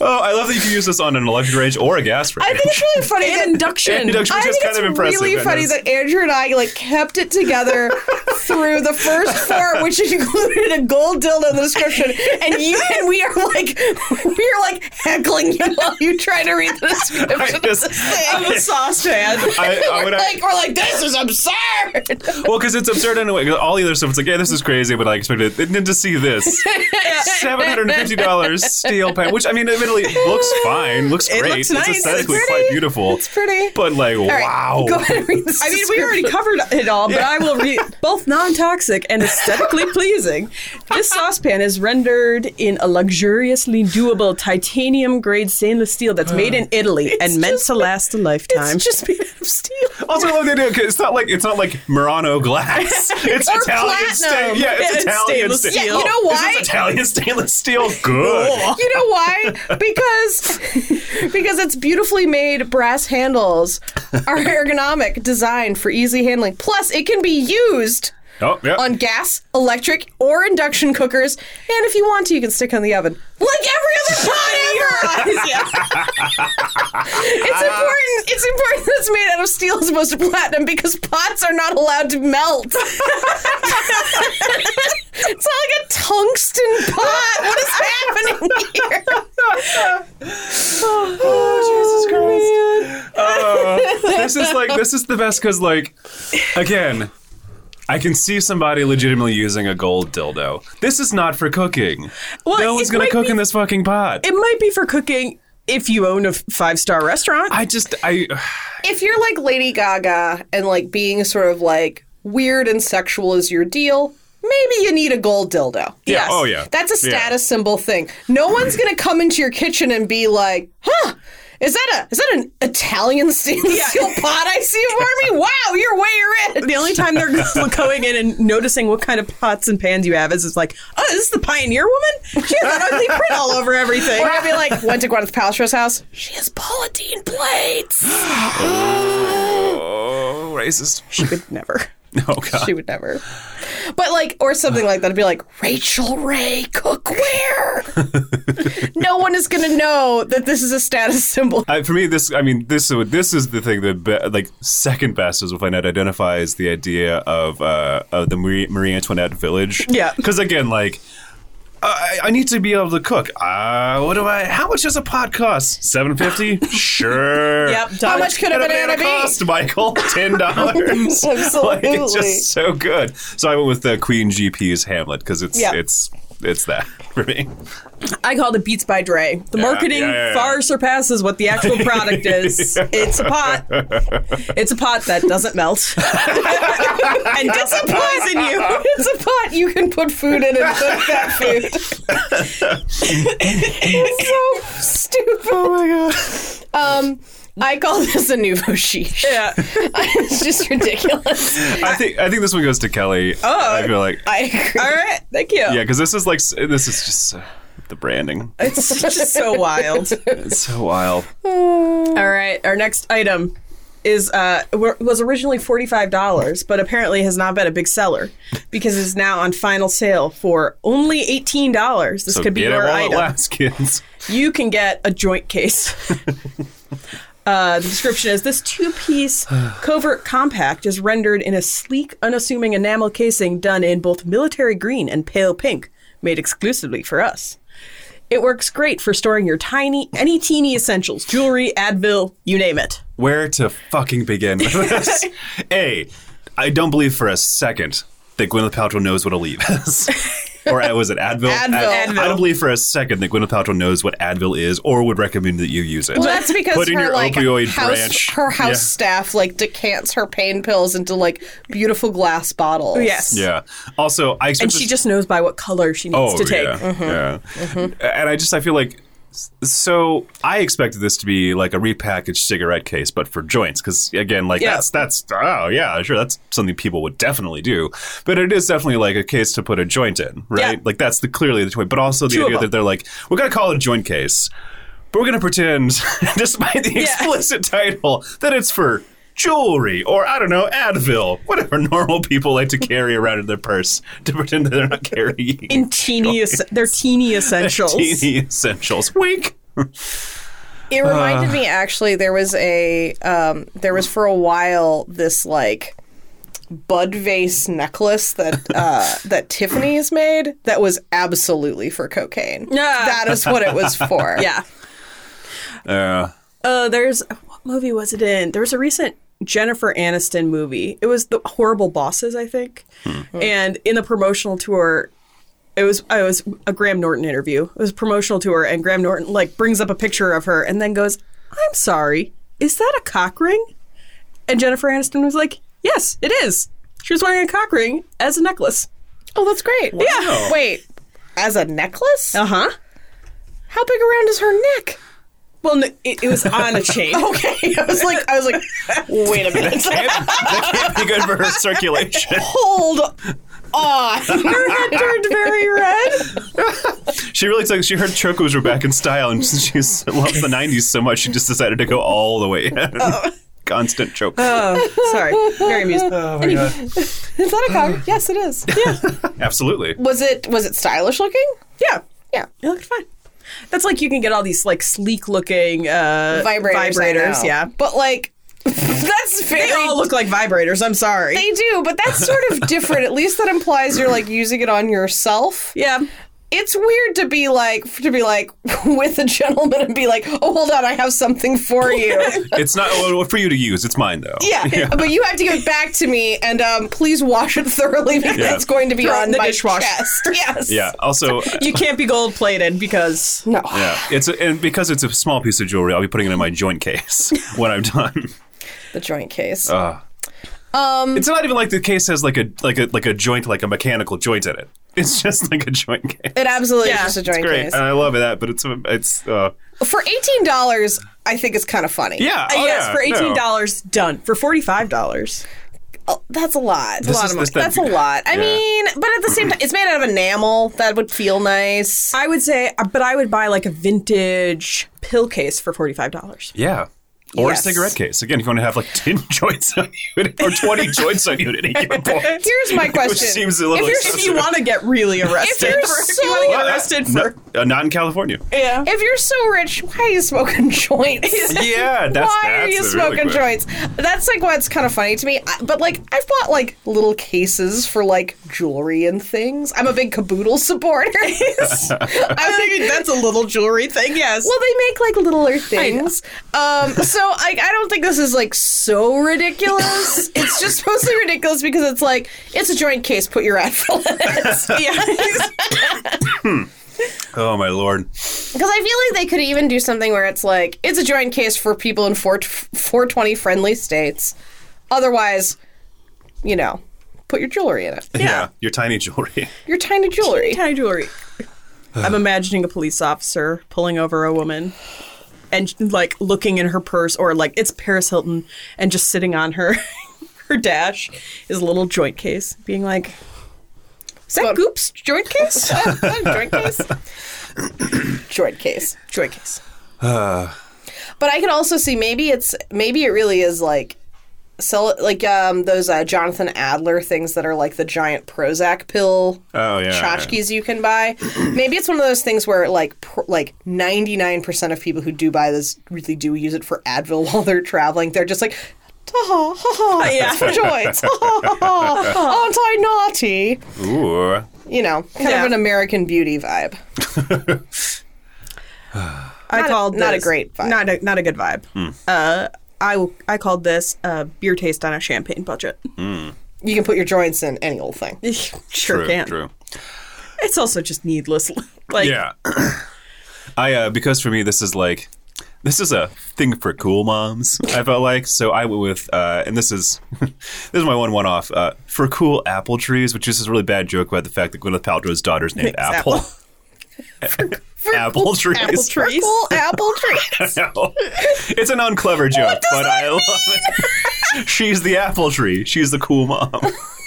Speaker 3: Oh, I love that you can use this on an electric range or a gas range.
Speaker 2: I think it's really funny
Speaker 1: And
Speaker 2: that
Speaker 1: induction.
Speaker 3: Induction,
Speaker 2: I
Speaker 3: which is
Speaker 2: think
Speaker 3: kind
Speaker 2: it's
Speaker 3: of impressive.
Speaker 2: really
Speaker 3: and
Speaker 2: funny
Speaker 3: is-
Speaker 2: that Andrew and I like kept it together through the first four, which included a gold dildo in the description, and you and we are like we are like heckling you while you try to read the description.
Speaker 3: *laughs* I just-
Speaker 2: of this thing.
Speaker 1: I'm a saucepan.
Speaker 3: I,
Speaker 2: *laughs*
Speaker 3: I
Speaker 2: we're
Speaker 3: would,
Speaker 2: like we're like this is absurd.
Speaker 3: well, because it's absurd in a way. 'cause All the other stuff, it's like, yeah, this is crazy, but I expected it. And then to
Speaker 2: *laughs*
Speaker 3: see this $750 steel pan, which, I mean, admittedly, looks fine, looks
Speaker 1: It
Speaker 3: great.
Speaker 1: looks nice,
Speaker 3: It's
Speaker 1: it's
Speaker 3: aesthetically
Speaker 1: pretty,
Speaker 3: quite beautiful.
Speaker 2: It's pretty.
Speaker 3: But, like,
Speaker 2: All right,
Speaker 3: wow.
Speaker 2: Go ahead and read this.
Speaker 1: I mean, we already
Speaker 2: description.
Speaker 1: covered it all, but I will read *laughs* both non-toxic and *laughs* aesthetically pleasing. This saucepan is rendered in a luxuriously doable titanium grade stainless steel that's made in Italy and meant to last a lifetime.
Speaker 2: It's just made out of steel.
Speaker 3: Also, I love the idea 'cause it's not like it's not like Murano
Speaker 2: *laughs*
Speaker 3: glass. It's
Speaker 2: Or
Speaker 3: Italian
Speaker 2: platinum.
Speaker 3: steel. Yeah, it's,
Speaker 1: It's
Speaker 3: Italian
Speaker 1: stainless
Speaker 3: steel.
Speaker 1: steel. Yeah, you
Speaker 2: know
Speaker 3: This is
Speaker 2: why?
Speaker 3: Italian stainless steel.
Speaker 2: *laughs*
Speaker 3: Good.
Speaker 2: You know why? Because *laughs* because its beautifully made brass handles are *laughs* ergonomic, designed for easy handling. Plus, it can be used
Speaker 3: Oh, yeah.
Speaker 2: on gas, electric, or induction cookers, and if you want to, you can stick on the oven, like every other pot ever. it's important. It's important that it's made out of steel as opposed to platinum because pots are not allowed to melt. *laughs* it's not like a tungsten pot. What is happening here?
Speaker 3: Oh, Jesus
Speaker 1: Oh,
Speaker 3: Christ. Uh, this is like this is the best because like again. I can see somebody legitimately using a gold dildo. This is not for cooking.
Speaker 1: Well,
Speaker 3: no
Speaker 1: it
Speaker 3: one's gonna
Speaker 1: might
Speaker 3: cook
Speaker 1: be-
Speaker 3: in this fucking pot.
Speaker 1: it might be for cooking if you own a five-star restaurant.
Speaker 3: I just I *sighs*
Speaker 2: if you're like Lady Gaga and like being sort of like weird and sexual is your deal, maybe you need a gold dildo.
Speaker 3: Yeah, oh, yeah.
Speaker 2: That's a
Speaker 3: Yeah.
Speaker 2: status symbol thing. No one's going to come into your kitchen and be like, huh, Is that a is that an Italian stainless
Speaker 1: Yeah.
Speaker 2: steel pot I see
Speaker 1: *laughs*
Speaker 2: warming? Wow, you're way rich.
Speaker 1: The only time *laughs* they're going in and noticing what kind of pots and pans you have is it's like, oh, this is the pioneer woman. *laughs* She has that
Speaker 2: *laughs*
Speaker 1: ugly print all over everything.
Speaker 2: Or I'd be like, went to Gwyneth Paltrow's house. She has Paula Deen plates.
Speaker 3: Oh, racist. *laughs*
Speaker 1: She would never.
Speaker 3: Oh
Speaker 2: *laughs*
Speaker 3: god.
Speaker 2: She would never. But like, or something like that. I'd be like, Rachel Ray cookware. *laughs* no one is gonna know that this is a status symbol.
Speaker 3: I, for me, this I mean, this is this is the thing that be, like second best is what I not identifies the idea of uh, of the Marie, Marie Antoinette village.
Speaker 1: Yeah.
Speaker 3: because again, like. I, I need to be able to cook. Uh, what do I? How much does a pot cost? Seven
Speaker 2: *laughs*
Speaker 3: fifty. Sure.
Speaker 1: Yep, done.
Speaker 2: How much could a
Speaker 3: What
Speaker 2: banana be?
Speaker 3: cost,
Speaker 2: *laughs*
Speaker 3: Michael? Ten dollars. like, it's
Speaker 2: Absolutely.
Speaker 3: just so good. So I went with the Queen GP's Hamlet because it's
Speaker 1: Yeah.
Speaker 3: it's it's that *laughs* for me.
Speaker 1: I call it Beats by Dre. The marketing
Speaker 3: yeah, yeah, yeah.
Speaker 1: far surpasses what the actual product
Speaker 3: *laughs*
Speaker 1: is. It's a pot. It's a pot that doesn't melt *laughs* and doesn't poison
Speaker 3: *laughs*
Speaker 1: you.
Speaker 2: It's a pot you can put food in and cook that *laughs* food. it's so stupid. Oh my god. Um, I call this a nouveau chic.
Speaker 1: Yeah.
Speaker 2: *laughs* it's just ridiculous.
Speaker 3: I think I think this one goes to Kelly. Oh, I feel like
Speaker 2: I agree.
Speaker 1: All right. Thank you.
Speaker 3: yeah, because this is like s- this is just uh, the branding.
Speaker 1: It's just so wild.
Speaker 3: It's
Speaker 2: *laughs*
Speaker 3: so wild.
Speaker 1: All right, our next item is uh were- was originally forty five dollars, but apparently has not been a big seller because it's now on final sale for only eighteen dollars. This
Speaker 3: So
Speaker 1: could be
Speaker 3: get it
Speaker 1: your
Speaker 3: while it
Speaker 1: item.
Speaker 3: lasts, kids.
Speaker 1: You can get a joint
Speaker 3: *laughs*
Speaker 1: case. Uh, the description is this two
Speaker 3: *sighs*
Speaker 1: piece covert compact is rendered in a sleek, unassuming enamel casing done in both military green and pale pink, made exclusively for us. It works great for storing your tiny, any teeny essentials jewelry, Advil, you name it.
Speaker 3: Where to fucking begin with
Speaker 2: *laughs*
Speaker 3: this? a, I don't believe for a second that Gwyneth Paltrow knows what a leave
Speaker 2: *laughs*
Speaker 3: is. Or uh, was it Advil?
Speaker 2: Advil.
Speaker 3: Ad- I
Speaker 1: Advil.
Speaker 3: don't believe for a second that Gwyneth Paltrow knows what Advil is, or would recommend that you use it.
Speaker 2: Well, that's because
Speaker 3: Put in
Speaker 2: her
Speaker 3: your
Speaker 2: like
Speaker 3: opioid
Speaker 2: house,
Speaker 3: branch.
Speaker 2: her house
Speaker 3: Yeah.
Speaker 2: staff like decants her pain pills into like beautiful glass bottles.
Speaker 1: Yes.
Speaker 3: Yeah. Also, I expect
Speaker 1: And
Speaker 3: this-
Speaker 1: she just knows by what color she needs to take.
Speaker 3: Oh,
Speaker 1: Mm-hmm.
Speaker 3: Yeah, yeah. And I just I feel like so I expected this to be like a repackaged cigarette case, but for joints because again, like
Speaker 1: Yeah.
Speaker 3: that's that's oh yeah, sure that's something people would definitely do, but it is definitely like a case to put a joint in, right?
Speaker 1: Yeah.
Speaker 3: Like that's the clearly the joint, but also the
Speaker 1: Two of
Speaker 3: idea
Speaker 1: them.
Speaker 3: that they're like we're gonna call it a joint case, but we're gonna pretend, *laughs* despite the explicit title, that it's for. Jewelry, or I don't know, Advil, whatever normal people like to carry around in their purse to pretend that they're not carrying
Speaker 1: In teeny, es- they're
Speaker 3: *laughs*
Speaker 1: teeny essentials.
Speaker 3: Teeny essentials. Wink.
Speaker 2: It
Speaker 3: Uh.
Speaker 2: reminded me actually there was a um, there was for a while this like bud vase necklace that
Speaker 3: *laughs*
Speaker 2: uh, that Tiffany's made that was absolutely for cocaine.
Speaker 1: Yeah.
Speaker 2: That is what it was for.
Speaker 1: *laughs* Yeah.
Speaker 3: Uh,
Speaker 1: Uh, there's what movie was it in? There was a recent Jennifer Aniston movie. It was the Horrible Bosses, I think. And in the promotional tour, it was I was a Graham Norton interview. It was a promotional tour, and Graham Norton like brings up a picture of her and then goes, "I'm sorry, is that a cock ring?" And Jennifer Aniston was like, "Yes, it is." She was wearing a cock ring as a necklace.
Speaker 2: Oh, that's great.
Speaker 3: Yeah.
Speaker 2: Wait. As a necklace?
Speaker 1: Uh huh.
Speaker 2: How big around is her neck? *laughs*
Speaker 1: Well, no, it, it was on *laughs* a chain.
Speaker 2: Okay. I was like I was like wait a *laughs* minute.
Speaker 3: and that can't be good for her circulation.
Speaker 2: Hold *laughs* on.
Speaker 1: Her head turned very red.
Speaker 3: She really took. She heard chocos were back in style, and since she s- loves the '90s so much, she just decided to go all the way in. Constant choke.
Speaker 1: Oh, sorry. Very amused.
Speaker 3: oh my god!
Speaker 2: Is that a cock? Yes, it is.
Speaker 3: Absolutely.
Speaker 2: *laughs* Was it was it stylish looking?
Speaker 1: Yeah.
Speaker 2: Yeah.
Speaker 1: It looked fine. That's like you can get all these like sleek looking uh,
Speaker 2: Vibrators. I know.
Speaker 1: yeah.
Speaker 2: But like *laughs* that's very
Speaker 1: They all look like vibrators. I'm sorry.
Speaker 2: They do, but that's sort of different. At least that implies you're like using it on yourself.
Speaker 1: yeah.
Speaker 2: It's weird to be like to be like *laughs* with a gentleman and be like, "Oh, hold on, I have something for you."
Speaker 3: It's not well, for you to use. It's mine though.
Speaker 2: yeah,
Speaker 3: *laughs*
Speaker 2: but you have to give it back to me, and um, please wash it thoroughly because
Speaker 3: Yeah.
Speaker 2: it's going to be
Speaker 1: Throw it in
Speaker 2: on
Speaker 1: the
Speaker 2: my
Speaker 1: dishwasher.
Speaker 2: chest. *laughs* Yes.
Speaker 3: Yeah. Also.
Speaker 1: You can't be gold plated because
Speaker 2: No.
Speaker 3: Yeah, it's a, and because it's a small piece of jewelry, I'll be putting it in my joint case *laughs* when I'm done.
Speaker 2: The joint case.
Speaker 3: It's not even like the case has like a like a like a joint like a mechanical joint in it. It's just like a joint case.
Speaker 2: it absolutely
Speaker 1: Yeah,
Speaker 2: is just a
Speaker 1: it's
Speaker 2: joint
Speaker 3: great,
Speaker 2: case.
Speaker 3: and I love that. But it's it's uh,
Speaker 2: For eighteen dollars, I think it's kind of funny.
Speaker 3: Yeah.
Speaker 1: Uh,
Speaker 3: oh,
Speaker 1: yes,
Speaker 3: yeah,
Speaker 1: for
Speaker 3: no.
Speaker 1: eighteen dollars, done. For forty five dollars,
Speaker 2: Oh, that's a lot. That's a
Speaker 3: This
Speaker 2: lot
Speaker 3: is-
Speaker 2: of
Speaker 3: this-
Speaker 2: money. That's a lot. I
Speaker 3: yeah.
Speaker 2: mean, but at the same time, it's made out of enamel. That would feel nice.
Speaker 1: I would say. uh, But I would buy like a vintage pill case for forty five dollars.
Speaker 3: Yeah. Or
Speaker 2: Yes.
Speaker 3: a cigarette case. Again, you're going to have like 10 *laughs* joints on you at-
Speaker 2: *laughs*
Speaker 3: or 20 joints on you at any given point.
Speaker 2: Here's
Speaker 3: *laughs*
Speaker 2: my
Speaker 3: Which
Speaker 2: question.
Speaker 3: seems a little
Speaker 2: if you're,
Speaker 3: excessive.
Speaker 1: If you want to get really arrested,
Speaker 2: you're
Speaker 1: for- if
Speaker 2: so-
Speaker 1: you want to
Speaker 3: Well,
Speaker 1: get
Speaker 3: that-
Speaker 1: arrested for
Speaker 3: no- uh, not
Speaker 2: *laughs*
Speaker 3: in California.
Speaker 1: yeah,
Speaker 2: if you're so rich, why are you smoking *laughs* joints?
Speaker 3: Yeah, that's
Speaker 2: why
Speaker 3: that's
Speaker 2: are you
Speaker 3: a really
Speaker 2: smoking
Speaker 3: good-
Speaker 2: joints? That's like what's kind of funny to me. I- But like, I've bought like little cases for like jewelry and things. I'm a big caboodle supporter. *laughs*
Speaker 3: *laughs*
Speaker 2: I'm like,
Speaker 1: that's a little jewelry thing. Yes.
Speaker 2: Well, they make like littler things. Um, so I, I don't think this is like so *laughs* ridiculous. it's just mostly ridiculous because it's like it's a joint case. Put your Advil in *laughs* it.
Speaker 1: yeah.
Speaker 3: Oh, my lord. *laughs*
Speaker 2: Because I feel like they could even do something where it's like it's a joint case for people in 4, 420 friendly states. Otherwise, you know, put your jewelry in it.
Speaker 3: Yeah. Your tiny jewelry. *laughs*
Speaker 2: Your tiny jewelry.
Speaker 1: Tie jewelry. I'm imagining a police officer pulling over a woman and like looking in her purse or like it's Paris Hilton and just sitting on her *laughs* her dash is a little joint case being like
Speaker 2: Is that Goop's joint case? Uh, is that a *laughs* joint case. *laughs* joint case.
Speaker 1: joint case.
Speaker 2: But I can also see maybe it's maybe it really is like so like um those uh, Jonathan Adler things that are like the giant Prozac pill
Speaker 3: Oh, yeah.
Speaker 2: tchotchkes you can buy. maybe it's one of those things where like pr- like 99% of people who do buy this really do use it for Advil *laughs* while they're traveling. They're just like ha ha
Speaker 1: *laughs*
Speaker 2: ha
Speaker 1: Yeah.
Speaker 2: it's for *laughs* joints. Ha, ha, ha, ha. Aren't I naughty?
Speaker 3: Ooh.
Speaker 2: You know, kind
Speaker 1: Yeah.
Speaker 2: of an American beauty vibe.
Speaker 1: I
Speaker 2: Not a-
Speaker 1: called
Speaker 2: not a
Speaker 1: this-
Speaker 2: great vibe.
Speaker 1: Not a, not a good vibe.
Speaker 3: Hmm.
Speaker 1: Uh, I I called this uh, beer taste on a champagne budget.
Speaker 3: Hmm.
Speaker 2: You can put your joints in any old thing.
Speaker 1: *laughs* sure
Speaker 3: true.
Speaker 1: can.
Speaker 3: True.
Speaker 1: It's also just needless. *laughs* like
Speaker 3: Yeah. I uh because for me this is like this is a thing for cool moms. I felt like so I went with uh and this is *laughs* this is my one one off uh for cool apple trees, which is a really bad joke about the fact that Gwyneth Paltrow's daughter's named
Speaker 1: It's
Speaker 3: Apple.
Speaker 1: Apple.
Speaker 3: *laughs* apple trees.
Speaker 1: apple tree. Trees? *laughs*
Speaker 2: Purple apple trees.
Speaker 3: *laughs* No. It's an unclever joke, but I love it. *laughs* She's the apple tree. She's the cool mom.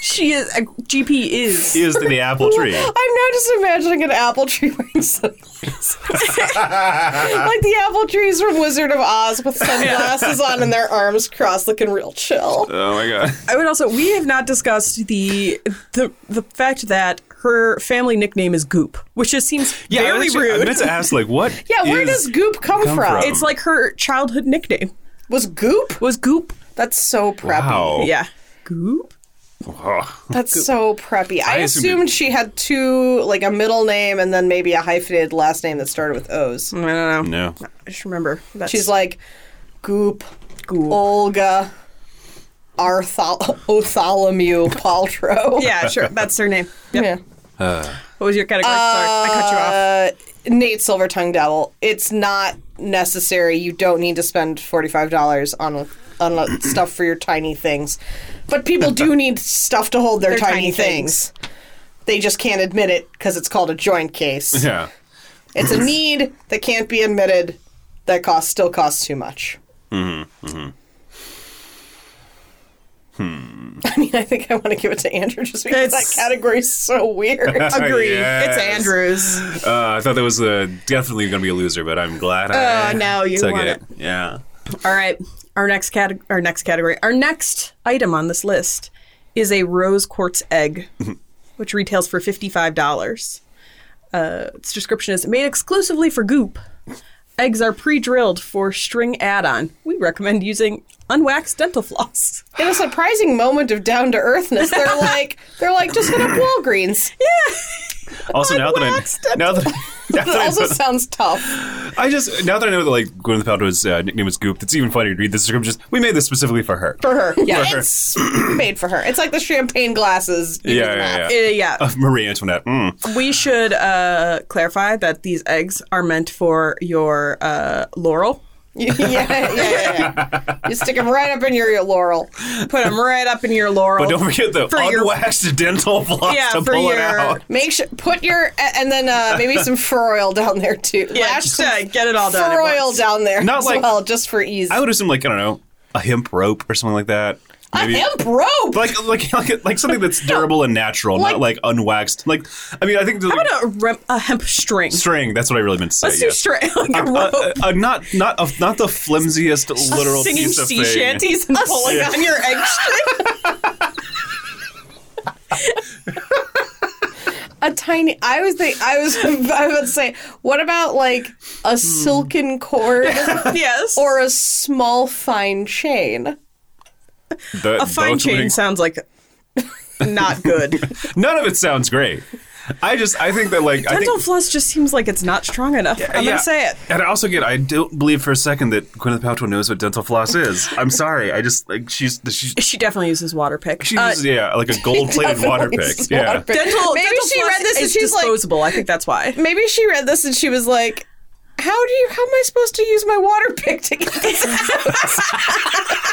Speaker 1: she is. Uh, GP is.
Speaker 3: Is the, the apple tree.
Speaker 2: I'm now just imagining an apple tree *laughs* wearing sunglasses.
Speaker 3: *laughs*
Speaker 2: like the apple trees from Wizard of Oz with sunglasses on and their arms crossed looking real chill.
Speaker 3: Oh my god.
Speaker 1: I would also we have not discussed the the the fact that her family nickname is Goop, which just seems
Speaker 3: Yeah, I
Speaker 1: very
Speaker 3: was- I
Speaker 1: rude.
Speaker 3: meant to ask like what
Speaker 2: Yeah, where
Speaker 3: is-
Speaker 2: does goop come,
Speaker 3: come
Speaker 2: from?
Speaker 3: from?
Speaker 1: It's like her childhood nickname
Speaker 2: Was goop?
Speaker 1: was Goop.
Speaker 2: That's so preppy.
Speaker 3: Wow.
Speaker 1: Yeah, Goop.
Speaker 3: Oh.
Speaker 2: That's so preppy. I,
Speaker 3: I assumed
Speaker 2: assumed,
Speaker 3: it-
Speaker 2: she had two, like a middle name and then maybe a hyphenated last name that started with O's.
Speaker 1: I don't know.
Speaker 3: No.
Speaker 1: I just remember that's
Speaker 2: She's like goop,
Speaker 1: Goop.
Speaker 2: Olga, Arthol- Otholomew Paltrow.
Speaker 1: yeah, sure. That's her name. Yep.
Speaker 2: Yeah.
Speaker 1: What was your category? Sorry, I cut you off.
Speaker 2: Uh, Nate Silver Tongue Devil. It's not necessary. You don't need to spend forty five dollars on on uh, *clears throat* stuff for your tiny things, but people do need stuff to hold their,
Speaker 1: Their
Speaker 2: tiny,
Speaker 1: tiny
Speaker 2: things. They just can't admit it because it's called a joint case.
Speaker 3: *laughs* Yeah.
Speaker 2: it's a need that can't be admitted. That cost still costs too much. Mm-hmm. *laughs* I mean, I think I want to give it to Andrew just because
Speaker 1: It's-
Speaker 2: that category's so weird.
Speaker 1: Agree.
Speaker 3: Yes.
Speaker 1: It's Andrews.
Speaker 3: Uh, I thought that was uh, definitely going to be a loser, but I'm glad I
Speaker 1: Oh, now you
Speaker 3: took
Speaker 1: want
Speaker 3: it. Yeah.
Speaker 1: All right. Our next category. Our next category. Our next item on this list is a rose quartz egg,
Speaker 3: Mm-hmm.
Speaker 1: which retails for fifty-five dollars. Uh, its description is made exclusively for goop. Eggs are pre-drilled for string add-on. We recommend using unwaxed dental floss.
Speaker 2: in a surprising moment of down to earthness, they're like, they're like, just hit up Walgreens.
Speaker 3: Also, now that
Speaker 1: waxed
Speaker 3: I
Speaker 1: up. *laughs*
Speaker 3: *laughs* now that, now that
Speaker 2: That
Speaker 3: I,
Speaker 2: also
Speaker 3: know,
Speaker 2: sounds tough.
Speaker 3: I just now that I know that like Gwyneth Paltrow's uh, nickname was Goop, it's even funnier to read this description. Just we made this specifically for her.
Speaker 1: *laughs*
Speaker 2: For her, yeah,
Speaker 3: her.
Speaker 2: it's made for her. It's like the champagne glasses. you
Speaker 3: yeah,
Speaker 2: can have.
Speaker 3: yeah,
Speaker 1: Uh,
Speaker 3: yeah.
Speaker 1: yeah,
Speaker 3: Uh, Marie Antoinette. Mm.
Speaker 1: we should uh, clarify that these eggs are meant for your uh, laurel.
Speaker 2: *laughs* yeah, yeah, yeah, yeah. You stick them right up in your, your laurel.
Speaker 1: Put them right up in your laurel.
Speaker 3: But don't forget the
Speaker 1: For your-
Speaker 3: unwaxed dental *laughs* floss
Speaker 1: Yeah,
Speaker 3: to
Speaker 1: for
Speaker 3: pull it
Speaker 1: your-
Speaker 3: out.
Speaker 2: Make sure put your a- and then uh, maybe some fur oil down there too.
Speaker 1: yeah,
Speaker 2: Lash
Speaker 1: just,
Speaker 2: some
Speaker 1: uh, get it all done. at
Speaker 2: fur
Speaker 1: once.
Speaker 2: oil down there
Speaker 3: Not
Speaker 2: as
Speaker 3: like-
Speaker 2: well, just for ease.
Speaker 3: I would assume like I don't know a hemp rope or something like that.
Speaker 2: a hemp rope.
Speaker 3: Like, like *laughs* like like something that's durable and natural, not like unwaxed. Like I mean, I think the
Speaker 1: How about a, rem- a hemp string?
Speaker 3: string. That's what I really meant to say.
Speaker 1: Let's do
Speaker 3: yes.
Speaker 1: string *laughs* like a
Speaker 3: Uh,
Speaker 1: rope.
Speaker 3: uh, uh, not not uh, not the flimsiest literal
Speaker 1: singing
Speaker 3: piece of
Speaker 1: sea
Speaker 3: thing.
Speaker 1: shanties and pulling
Speaker 3: Yeah.
Speaker 1: on your *laughs* egg string.
Speaker 2: a tiny. I was think I was *laughs* I would say. What about like a silken cord
Speaker 1: yes.
Speaker 2: or a small fine chain?
Speaker 3: The-
Speaker 1: a fine
Speaker 3: both
Speaker 1: chain
Speaker 3: would-
Speaker 1: sounds like not good.
Speaker 3: None of it sounds great. I just I think that like *laughs* I
Speaker 1: Dental
Speaker 3: think
Speaker 1: floss just seems like it's not strong enough. I'm
Speaker 3: yeah.
Speaker 1: gonna say it.
Speaker 3: And I also get I don't believe for a second that Gwyneth Paltrow knows what dental floss is. I'm sorry. I just like she's she's
Speaker 1: She definitely uses water pick.
Speaker 3: she
Speaker 1: Uh,
Speaker 3: uses yeah like a
Speaker 1: *laughs*
Speaker 3: gold plated water
Speaker 2: Definitely
Speaker 3: pick.
Speaker 2: small
Speaker 3: Yeah.
Speaker 2: pick.
Speaker 1: dental.
Speaker 2: Maybe
Speaker 1: dental
Speaker 2: she
Speaker 1: floss
Speaker 2: read this and
Speaker 1: is
Speaker 2: she's like-
Speaker 1: disposable. I think that's *laughs* why.
Speaker 2: Maybe she read this and she was like, "How do you? How am I supposed to use my water *laughs* pick to
Speaker 1: *laughs*
Speaker 2: get this out?"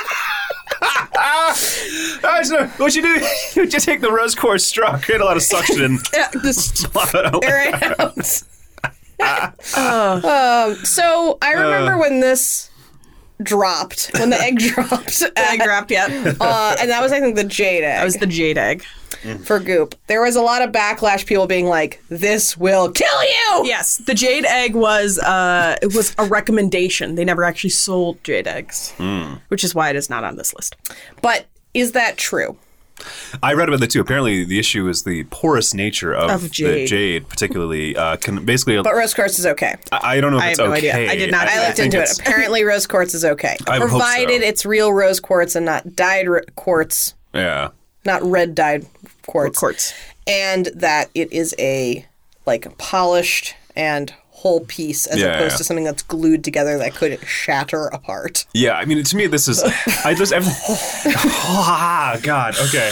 Speaker 3: I just know what you do. *laughs* You just take the rose quartz straw, create a lot of suction, and
Speaker 1: *laughs* Yeah, this-
Speaker 3: plop it out.
Speaker 2: Air it out. um, so I remember when this dropped, when the
Speaker 1: *laughs*
Speaker 2: egg dropped,
Speaker 1: egg wrap *laughs* yet.
Speaker 2: uh, and that was I think the jade egg
Speaker 1: That was the jade egg.
Speaker 2: for Goop. There was a lot of backlash, people being like, "This will kill you."
Speaker 1: Yes, the jade egg was uh, it was a recommendation. They never actually sold jade eggs,
Speaker 3: Hmm.
Speaker 1: which is why it is not on this list.
Speaker 2: But is that true?
Speaker 3: I read about that too. Apparently, the issue is the porous nature of,
Speaker 1: Of
Speaker 3: the
Speaker 1: jade.
Speaker 3: jade, particularly. Uh, can basically,
Speaker 2: But rose quartz is okay.
Speaker 3: I, I don't know if
Speaker 1: I
Speaker 3: it's
Speaker 1: have no
Speaker 3: okay.
Speaker 1: idea. I did not-
Speaker 2: I, looked
Speaker 3: think
Speaker 2: into it.
Speaker 3: it's-
Speaker 2: Apparently, rose quartz is okay,
Speaker 3: I would hope so.
Speaker 2: provided it's real rose quartz and not dyed ro- quartz,
Speaker 3: Yeah,
Speaker 2: not red dyed quartz,
Speaker 1: Quartz.
Speaker 2: and that it is a like polished and whole piece as
Speaker 3: Yeah,
Speaker 2: opposed
Speaker 3: yeah.
Speaker 2: to something that's glued together that could shatter apart.
Speaker 3: yeah. I mean, to me, this is. I just everything. ah, *laughs* God. Okay.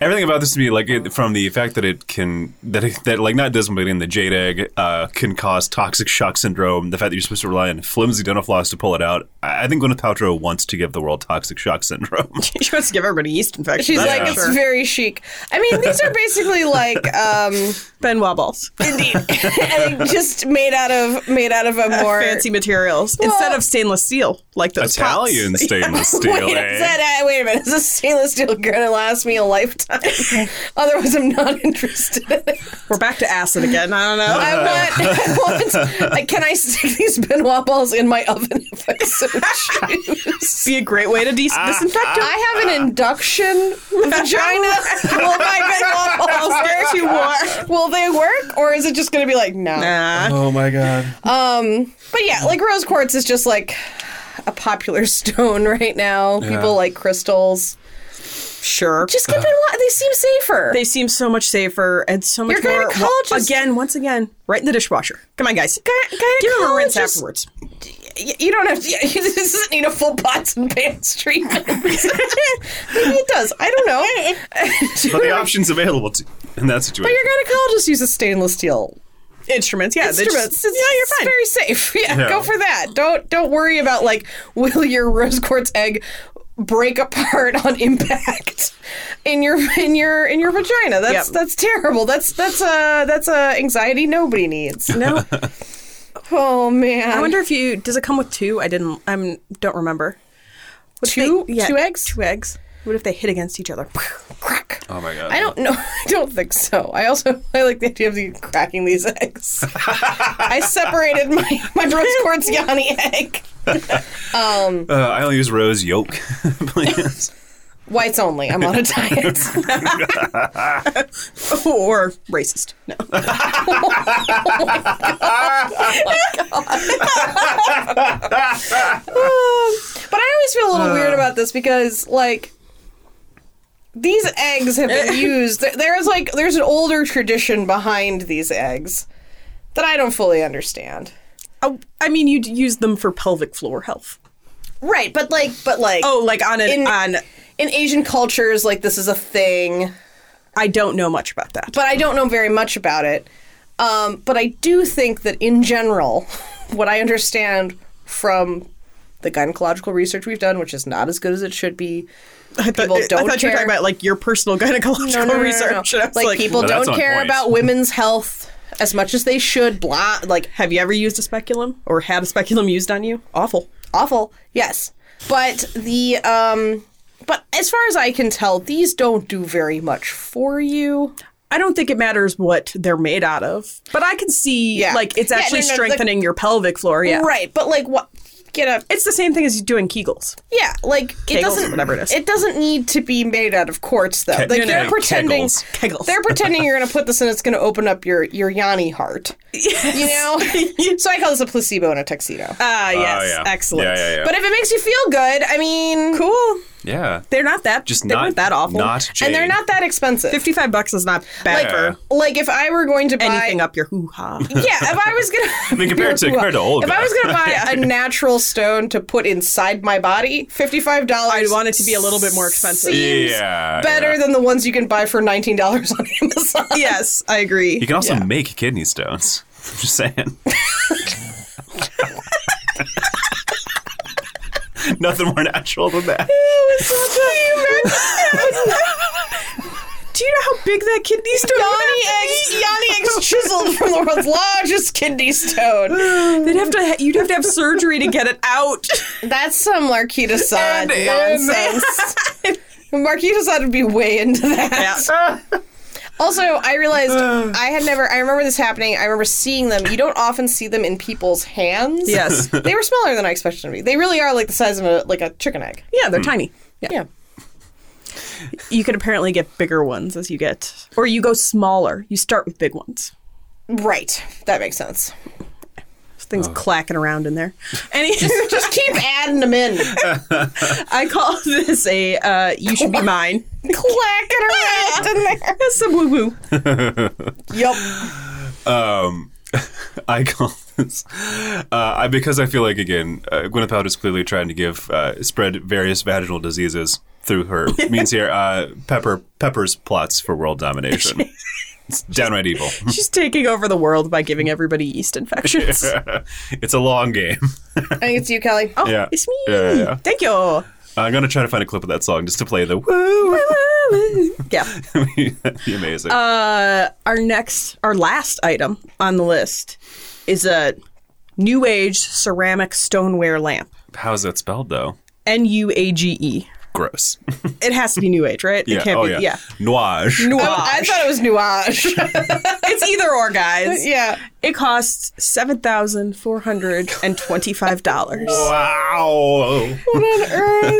Speaker 3: Everything about this to me, like it, from the fact that it can that it, that like not desmoiding the jade egg uh, can cause toxic shock syndrome. The fact that you're supposed to rely on flimsy dental floss to pull it out. I, I think Gwyneth Paltrow wants to give the world toxic shock
Speaker 2: *laughs*
Speaker 3: syndrome.
Speaker 1: *laughs* She wants to give everybody yeast infection.
Speaker 2: She's
Speaker 1: that's
Speaker 2: like,
Speaker 1: for
Speaker 2: it's
Speaker 1: sure.
Speaker 2: very chic. I mean, these are basically like um, *laughs*
Speaker 1: Benoit balls. *laughs*
Speaker 2: indeed, and just made out of made out of a more
Speaker 1: fancy materials instead of stainless steel like those
Speaker 3: Italian
Speaker 1: pots.
Speaker 3: stainless
Speaker 2: *laughs*
Speaker 3: steel.
Speaker 2: Wait,
Speaker 3: eh?
Speaker 2: is that, uh, wait a minute. Is this stainless steel going to last me a lifetime?
Speaker 3: *laughs*
Speaker 2: Otherwise, I'm not interested. in it.
Speaker 1: *laughs* We're back to acid again. I don't know.
Speaker 2: I want. *laughs* I want uh, can I stick these Benoit balls in my oven *laughs* if I so choose?
Speaker 1: be a great way to de- disinfect it.
Speaker 2: I have an induction vagina. Will my Benoit balls
Speaker 1: They're too warm.
Speaker 2: Will they work, or is it just going to be like no?
Speaker 1: Nah.
Speaker 3: Oh my god.
Speaker 2: But yeah, like rose quartz is just like a popular *laughs* stone right now. People like crystals.
Speaker 1: Sure.
Speaker 2: Just get Benoit. They seem safer.
Speaker 1: they seem so much safer and so much
Speaker 2: Your
Speaker 1: more.
Speaker 2: gynecologist-
Speaker 1: Well, again, once again, right in the dishwasher. Come on, guys. Give them a rinse
Speaker 2: gynecologist-
Speaker 1: afterwards.
Speaker 2: Y- you don't have to, *laughs* you, this doesn't need a full pots and pans treatment. *laughs* Maybe it does. I don't know.
Speaker 3: But the options available to in that situation.
Speaker 2: Your gynecologist uses stainless steel
Speaker 1: Instruments, yeah. they just-
Speaker 2: instruments. It's,
Speaker 1: yeah, you're
Speaker 2: it's
Speaker 1: fine.
Speaker 2: very safe. *laughs* Yeah,
Speaker 3: Yeah.
Speaker 2: go for that. Don't don't worry about like will your rose quartz egg break apart on *laughs* impact in your in your in your vagina.
Speaker 1: Yep.
Speaker 2: That's that's terrible. That's that's a that's a anxiety nobody needs.
Speaker 1: no,
Speaker 2: *laughs* Oh man.
Speaker 1: I wonder if you does it come with two? I didn't. I'm don't remember. What if
Speaker 2: Two-
Speaker 1: they- yeah,
Speaker 2: two eggs?
Speaker 1: Two eggs. What if they hit against each other? *laughs*
Speaker 2: crack.
Speaker 3: Oh my god.
Speaker 2: I don't know. *laughs* I don't think so. I also I like the idea of you cracking these
Speaker 3: *laughs*
Speaker 2: eggs. I separated my my rose quartz yanni egg.
Speaker 3: Uh, I only use rose yolk. *laughs*
Speaker 2: *laughs*
Speaker 3: Please.
Speaker 2: Whites only. I'm on a diet.
Speaker 3: *laughs*
Speaker 1: or racist? No.
Speaker 2: Um, but I always feel a little
Speaker 3: Uh.
Speaker 2: weird about this because like these eggs have
Speaker 3: *laughs*
Speaker 2: been used. There- There's like there's an older tradition behind these eggs that I don't fully understand.
Speaker 1: I, Oh, I mean, you'd use them for pelvic floor health.
Speaker 2: Right, but like but like
Speaker 1: Oh, like on an
Speaker 2: In-
Speaker 1: on.
Speaker 2: in Asian cultures like this is a thing.
Speaker 1: I don't know much about that.
Speaker 2: but I don't know very much about it. *laughs* Um, but I do think that in general, what I understand from the gynecological research we've done, which is not as good as it should be.
Speaker 1: I thought,
Speaker 2: People
Speaker 1: I
Speaker 2: don't
Speaker 1: thought you were
Speaker 2: care.
Speaker 1: talking about like your personal *laughs* gynecological
Speaker 2: No, no, no, no,
Speaker 1: research.
Speaker 2: no.
Speaker 1: And I was
Speaker 2: Like, people
Speaker 3: Well, that's
Speaker 2: don't
Speaker 3: on
Speaker 2: care
Speaker 3: point.
Speaker 2: about women's health as much as they should. Blah, like
Speaker 1: Have you ever used a speculum or had a speculum used on you? Awful.
Speaker 2: awful. Yes, but the um, but as far as I can tell, these don't do very much for you.
Speaker 1: I don't think it matters what they're made out of, but I can see
Speaker 2: Yeah.
Speaker 1: like it's
Speaker 2: Yeah,
Speaker 1: actually
Speaker 2: no, no, the-
Speaker 1: strengthening your pelvic floor. Yeah,
Speaker 2: Right, but like what? Get a
Speaker 1: It's the same thing as doing Kegels.
Speaker 2: yeah, like it
Speaker 1: Kegels,
Speaker 2: doesn't
Speaker 1: whatever it is.
Speaker 2: doesn't need to be made out of quartz though.
Speaker 3: Ke-
Speaker 2: like
Speaker 3: no,
Speaker 2: they're
Speaker 3: no,
Speaker 2: pretending
Speaker 3: Kegels.
Speaker 1: Kegels.
Speaker 2: They're pretending you're going to put this and it's going to open up your your Yanni heart. You
Speaker 1: *laughs*
Speaker 2: know. so I call this a placebo in a tuxedo.
Speaker 1: Ah, yes,
Speaker 3: Uh, yeah.
Speaker 1: excellent.
Speaker 3: Yeah, yeah, yeah.
Speaker 2: But if it makes you feel good, I mean,
Speaker 1: Cool.
Speaker 3: Yeah.
Speaker 1: They're not that.
Speaker 3: Just
Speaker 1: they
Speaker 3: not
Speaker 1: weren't that awful.
Speaker 3: Not Jade.
Speaker 2: and they're not that expensive.
Speaker 1: Fifty-five bucks is not bad
Speaker 2: Like,
Speaker 1: for
Speaker 2: like if I were going to buy
Speaker 1: anything up your hoo *laughs* ha.
Speaker 2: *laughs* Yeah, if I was gonna,
Speaker 3: *laughs*
Speaker 2: I
Speaker 3: mean, compared
Speaker 2: *laughs*
Speaker 3: to- compared to Olga.
Speaker 2: if I was gonna buy
Speaker 3: *laughs*
Speaker 2: a natural stone to put inside my body, fifty-five dollars.
Speaker 1: I'd want it to be a little bit more expensive.
Speaker 2: seems
Speaker 3: Yeah,
Speaker 2: better
Speaker 3: yeah.
Speaker 2: than the ones you can buy for nineteen dollars on
Speaker 1: *laughs*
Speaker 2: Amazon.
Speaker 1: yes, I agree.
Speaker 3: You can also
Speaker 2: Yeah.
Speaker 3: make kidney stones. *laughs* I'm
Speaker 2: *laughs*
Speaker 3: just saying. Nothing more natural than that.
Speaker 1: Do you know how big that kidney stone?
Speaker 3: *laughs*
Speaker 2: Yanni eggs, Yanni eggs chiseled from the world's largest kidney stone.
Speaker 1: is? They'd have to. ha- You'd have to have surgery to get it
Speaker 3: *laughs*
Speaker 1: out.
Speaker 2: That's some Marquita Sod
Speaker 3: And- and-
Speaker 2: nonsense. *laughs* Marquita Sod would be way into that.
Speaker 1: Yeah.
Speaker 2: Also, I realized I had never. I remember this happening. I remember seeing them. You don't often see them in people's hands.
Speaker 1: Yes.
Speaker 2: they were smaller than I expected them to be. They really are like the size of a like a chicken egg.
Speaker 1: Yeah,
Speaker 3: Hmm.
Speaker 1: they're tiny. Yeah.
Speaker 2: Yeah.
Speaker 1: You can apparently get bigger ones as you get, or you go smaller. You start with big ones.
Speaker 2: Right. That makes sense.
Speaker 1: Things
Speaker 3: Oh.
Speaker 1: clacking around in
Speaker 3: *laughs*
Speaker 1: there. Any,
Speaker 2: Just keep adding them in, clacking
Speaker 1: I call this a uh, "you should be mine."
Speaker 2: around
Speaker 1: *laughs*
Speaker 2: in there.
Speaker 1: That's some woo woo.
Speaker 2: Yup.
Speaker 3: Um, *laughs* I call this uh, I, because I feel like again, uh, Gwyneth Paltrow is clearly trying to give uh, spread various vaginal diseases
Speaker 2: *laughs*
Speaker 3: through her means here. Uh, Pepper Pepper's plots for world domination.
Speaker 2: *laughs*
Speaker 3: it's downright evil. *laughs*
Speaker 1: She's taking over the world by giving everybody yeast infections.
Speaker 3: it's a long game.
Speaker 2: I think it's you, Kelly. Oh.
Speaker 3: *laughs* yeah,
Speaker 1: It's me.
Speaker 3: Yeah, yeah, yeah.
Speaker 1: Thank you.
Speaker 3: I'm gonna try to find a clip of that song just to play the *laughs* woo.
Speaker 1: *laughs* yeah.
Speaker 3: That'd be amazing.
Speaker 1: Uh, our next, our last item on the list is a new age ceramic stoneware lamp.
Speaker 3: How is that spelled though?
Speaker 1: N U A G E.
Speaker 3: Gross.
Speaker 1: It has to be new age, right? It can't
Speaker 3: oh
Speaker 1: be.
Speaker 3: yeah.
Speaker 1: yeah.
Speaker 3: Nuage.
Speaker 2: Oh, I, I thought it was nuage.
Speaker 1: It's either or,
Speaker 3: *laughs*
Speaker 1: guys.
Speaker 2: yeah.
Speaker 1: It costs seven thousand four hundred and twenty-five dollars,
Speaker 3: wow.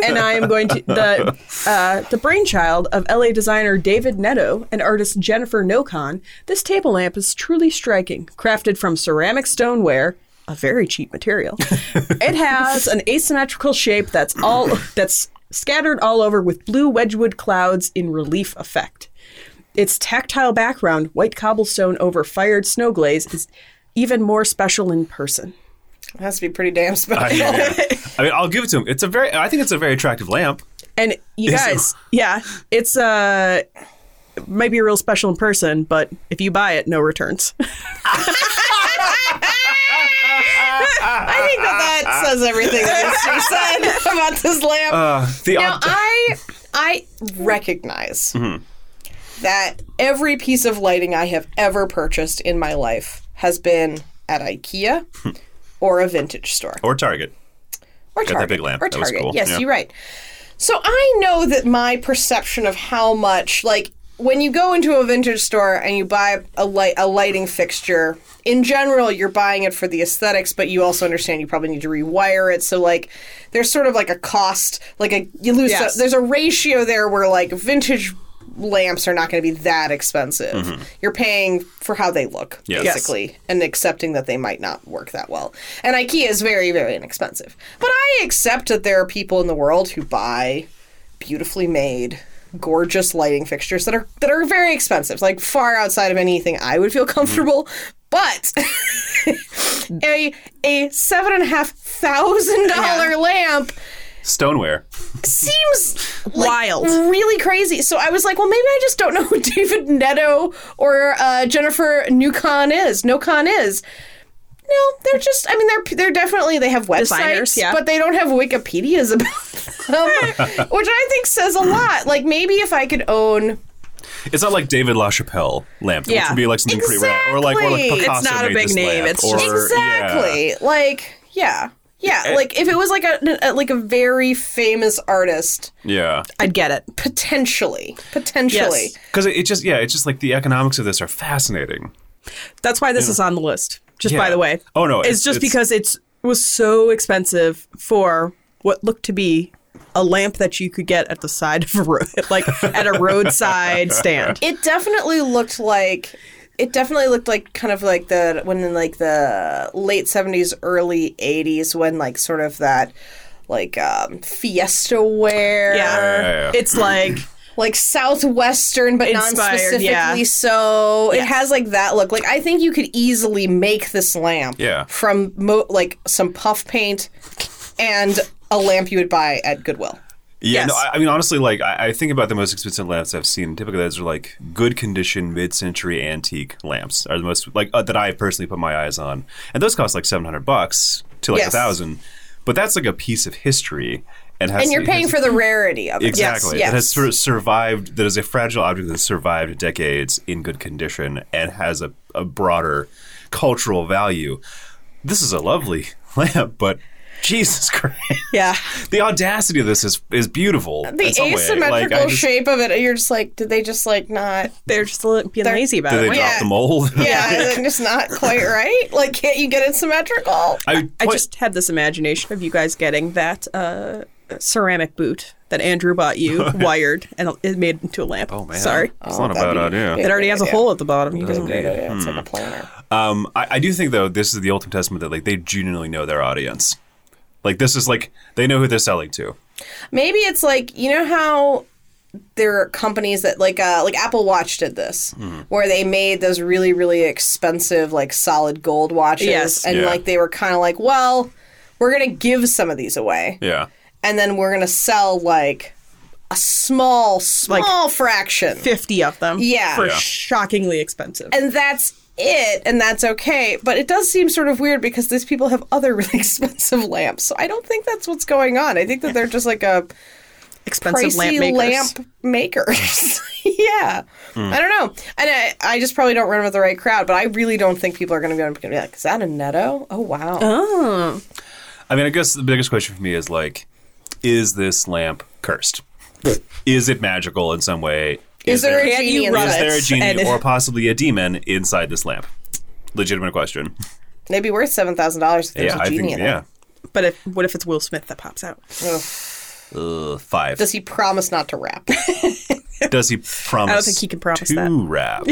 Speaker 1: and I am going to the uh, the brainchild of LA designer David Netto and artist Jennifer Nocon. This table lamp is truly striking, crafted from ceramic stoneware. A very cheap material. it has an asymmetrical shape that's all that's scattered all over with blue wedgwood clouds in relief effect. Its tactile background, white cobblestone over fired snow glaze, is even more special in person.
Speaker 2: It has to be pretty damn special.
Speaker 1: *laughs*
Speaker 3: I, mean, I mean, I'll give it to him. It's a very. I think it's a very attractive lamp.
Speaker 1: And you
Speaker 3: Is it-
Speaker 1: guys, yeah, it's uh might be real special in person, but if you buy it, no returns.
Speaker 2: *laughs*
Speaker 1: *laughs*
Speaker 2: I think that that says everything that *laughs* needs to be said about this lamp.
Speaker 3: Uh, the
Speaker 2: Now
Speaker 3: ob-
Speaker 2: I I recognize that every piece of lighting I have ever purchased in my life has been at IKEA or a vintage store
Speaker 1: uh,
Speaker 3: or Target.
Speaker 2: or
Speaker 3: that
Speaker 2: Target
Speaker 3: big lamp.
Speaker 2: or
Speaker 3: That was
Speaker 2: Target.
Speaker 3: cool.
Speaker 2: Yes,
Speaker 3: Yeah.
Speaker 2: you're right. So I know that my perception of how much like when you go into a vintage store and you buy a light a lighting fixture, in general you're buying it for the aesthetics, but you also understand you probably need to rewire it. So like there's sort of like a cost, like a you lose
Speaker 1: Yes.
Speaker 2: so- there's a ratio there where like vintage lamps are not going to be that expensive.
Speaker 3: Mm-hmm.
Speaker 2: You're paying for how they look
Speaker 3: Yes. Yes.
Speaker 2: basically and accepting that they might not work that well. And IKEA is very, very inexpensive. But I accept that there are people in the world who buy beautifully made, gorgeous lighting fixtures that are that are very expensive, like far outside of anything I would feel comfortable. But *laughs* a a seven and a half thousand dollar lamp
Speaker 3: Stoneware.
Speaker 2: seems like,
Speaker 1: Wild.
Speaker 2: really crazy. So I was like, well, maybe I just don't know who *laughs* David Neto or uh, Jennifer Newcon is. Nocon is. No, they're just. I mean, they're they're definitely they have websites,
Speaker 1: Designers, yeah.
Speaker 2: but they don't have Wikipedias about
Speaker 1: *laughs*
Speaker 2: them, which I think says a lot. Like maybe if I could own
Speaker 3: It's not like David LaChapelle lamp, which
Speaker 1: Yeah.
Speaker 3: would be like something pretty rare, or like or like
Speaker 2: Exactly. It's
Speaker 3: Picasso
Speaker 1: not a
Speaker 3: made
Speaker 1: big
Speaker 3: this
Speaker 1: name,
Speaker 3: lamp,
Speaker 1: it's
Speaker 3: or,
Speaker 1: just-
Speaker 3: yeah. Eh.
Speaker 2: exactly like yeah yeah like if it was like a, a- like a very famous artist
Speaker 3: Yeah,
Speaker 1: I'd get it.
Speaker 2: potentially potentially
Speaker 1: Yes.
Speaker 3: because it, it just yeah, it's just like the economics of this are fascinating.
Speaker 1: That's why this is on the list. Just by
Speaker 3: Yeah.
Speaker 1: the way.
Speaker 3: Oh, no,
Speaker 1: It's,
Speaker 3: it's-
Speaker 1: just
Speaker 3: it's-
Speaker 1: because it's was so expensive for what looked to be a lamp that you could get at the side of a road, *laughs* like at a roadside stand.
Speaker 2: it definitely looked like it definitely looked like kind of like the when in like the late 70s early 80s when like sort of that like um fiesta wear
Speaker 1: Yeah.
Speaker 3: *laughs* Yeah.
Speaker 1: It's like
Speaker 2: like southwestern but
Speaker 1: Inspired,
Speaker 2: non-specifically
Speaker 1: yeah.
Speaker 2: so it
Speaker 1: Yes.
Speaker 2: has like that look like i think you could easily make this lamp
Speaker 3: Yeah.
Speaker 2: from mo- like some puff paint and a lamp you would buy at goodwill
Speaker 3: Yeah,
Speaker 1: Yes.
Speaker 3: no, I, I mean, honestly, like I, I think about the most expensive lamps I've seen. Typically, those are like good condition, mid-century antique lamps are the most like uh, that I personally put my eyes on, and those cost like seven hundred bucks to like a
Speaker 2: Yes.
Speaker 3: thousand. But that's like a piece of history, and has
Speaker 2: and you're
Speaker 3: it
Speaker 2: paying
Speaker 3: has-
Speaker 2: for the rarity of it
Speaker 3: exactly
Speaker 2: yes,
Speaker 3: that has sort of survived. That is a fragile object that has survived decades in good condition and has a, a broader cultural value. This is a lovely *laughs* lamp, but Jesus *laughs* Christ
Speaker 1: Yeah.
Speaker 3: the audacity of this is is beautiful.
Speaker 2: the
Speaker 3: in some way.
Speaker 2: asymmetrical
Speaker 3: Like, I just-
Speaker 2: shape of it you're just like did they just like not
Speaker 3: *laughs*
Speaker 1: They're just li- being
Speaker 2: They're-
Speaker 1: lazy about
Speaker 3: Did
Speaker 1: it.
Speaker 3: they
Speaker 1: right?
Speaker 3: drop the mold?
Speaker 2: yeah *laughs* is it just not quite right like can't you get it symmetrical
Speaker 3: *laughs*
Speaker 2: *laughs*
Speaker 3: I,
Speaker 1: I
Speaker 3: what-
Speaker 1: just had this imagination of you guys getting that uh, ceramic boot that Andrew bought
Speaker 3: *laughs*
Speaker 1: you, wired, and it made into a lamp.
Speaker 3: Oh man, Oh,
Speaker 1: Sorry.
Speaker 3: it's not a bad idea.
Speaker 1: It already has a hole at the bottom. You doesn't need it.
Speaker 3: Hmm.
Speaker 2: it's like a planner
Speaker 3: Um, I, I do think though this is the ultimate testament that like they genuinely know their audience. Like this is like they know who they're selling to.
Speaker 2: Maybe it's like you know how there are companies that like uh, like Apple Watch did this,
Speaker 3: Hmm.
Speaker 2: where they made those really really expensive like solid gold watches,
Speaker 1: Yes.
Speaker 2: and
Speaker 3: Yeah.
Speaker 2: like they were kind of like, well, we're gonna give some of these away,
Speaker 3: Yeah,
Speaker 2: and then we're gonna sell like a small small fraction,
Speaker 1: 50 of them
Speaker 2: Yeah.
Speaker 1: for
Speaker 2: Yeah.
Speaker 1: shockingly expensive.
Speaker 2: and that's it, and that's okay. But it does seem sort of weird because these people have other *laughs* really expensive lamps, so I don't think that's what's going on. I think that they're just like a
Speaker 1: *laughs* expensive lamp
Speaker 2: pricey
Speaker 1: makers.
Speaker 2: lamp makers. *laughs* yeah,
Speaker 3: Hmm.
Speaker 2: I don't know, and I, I just probably don't run with the right crowd. But I really don't think people are going to be, gonna be like, "Is that a Netto? Oh wow,
Speaker 1: Uh-huh.
Speaker 3: I mean, I guess the biggest question for me is like, is this lamp cursed? is it magical in some way?
Speaker 2: is, there, a
Speaker 1: can you
Speaker 2: genie in
Speaker 1: run
Speaker 3: is
Speaker 1: it?
Speaker 2: this?
Speaker 3: there a genie
Speaker 1: And-
Speaker 3: or possibly a demon inside this lamp? Legitimate question.
Speaker 2: It'd be worth seven thousand dollars if there's
Speaker 3: yeah,
Speaker 2: a
Speaker 3: I
Speaker 2: genie
Speaker 3: think
Speaker 2: in
Speaker 3: yeah.
Speaker 1: But if, what if it's Will Smith that pops out?
Speaker 2: it. Ugh.
Speaker 3: Uh, five.
Speaker 2: Does he promise not to rap? *laughs*
Speaker 3: Does he promise?
Speaker 1: I don't think he can promise
Speaker 3: to
Speaker 1: that.
Speaker 2: *laughs*
Speaker 3: rap.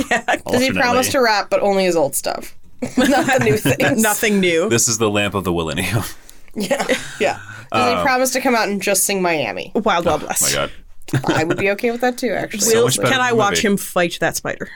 Speaker 2: Does he promise to rap, but only his old stuff, *laughs* not the
Speaker 1: *laughs*
Speaker 2: new things?
Speaker 1: Nothing new.
Speaker 3: This is the lamp of the millennium. *laughs* oh
Speaker 2: Yeah, yeah. Does
Speaker 3: Uh,
Speaker 2: he promise to come out and just sing Miami?
Speaker 1: Wild Wild West.
Speaker 3: Oh, my god.
Speaker 2: I would be okay with that too, actually.
Speaker 1: Will,
Speaker 3: much better
Speaker 1: can I
Speaker 3: movie.
Speaker 1: watch him fight that spider?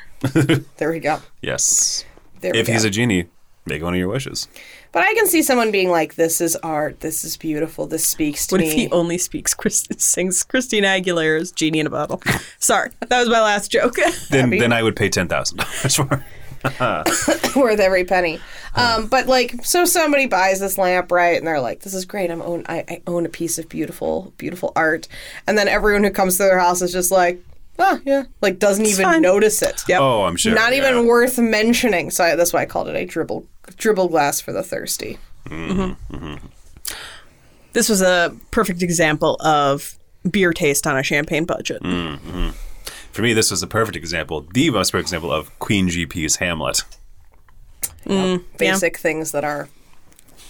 Speaker 2: There we go.
Speaker 3: Yes.
Speaker 2: There we
Speaker 3: If
Speaker 2: go.
Speaker 3: he's a genie, make one of your wishes.
Speaker 2: but I can see someone being like, "This is art. This is beautiful. This speaks to
Speaker 1: What
Speaker 2: me."
Speaker 1: if he only speaks, Chris, sings Christina Aguilera's Genie in a Bottle? Sorry, that was my last joke. *laughs*
Speaker 3: Then then I would pay ten thousand dollars for. it.
Speaker 2: *laughs* worth every penny. Um, but like, so somebody buys this lamp, right? And they're like, "This is great. I'm own. I, I own a piece of beautiful, beautiful art." And then everyone who comes to their house is just like, "Oh yeah," like doesn't even
Speaker 1: fine.
Speaker 2: notice it.
Speaker 1: Yep.
Speaker 3: *laughs* Oh, I'm sure.
Speaker 2: Not
Speaker 3: yeah.
Speaker 2: even worth mentioning. So I, that's why I called it a dribble dribble glass for the thirsty.
Speaker 1: This was a perfect example of beer taste on a champagne budget.
Speaker 3: Mm. For me, this was the perfect example, the most perfect example of Queen GP's Hamlet.
Speaker 2: Basic things that are.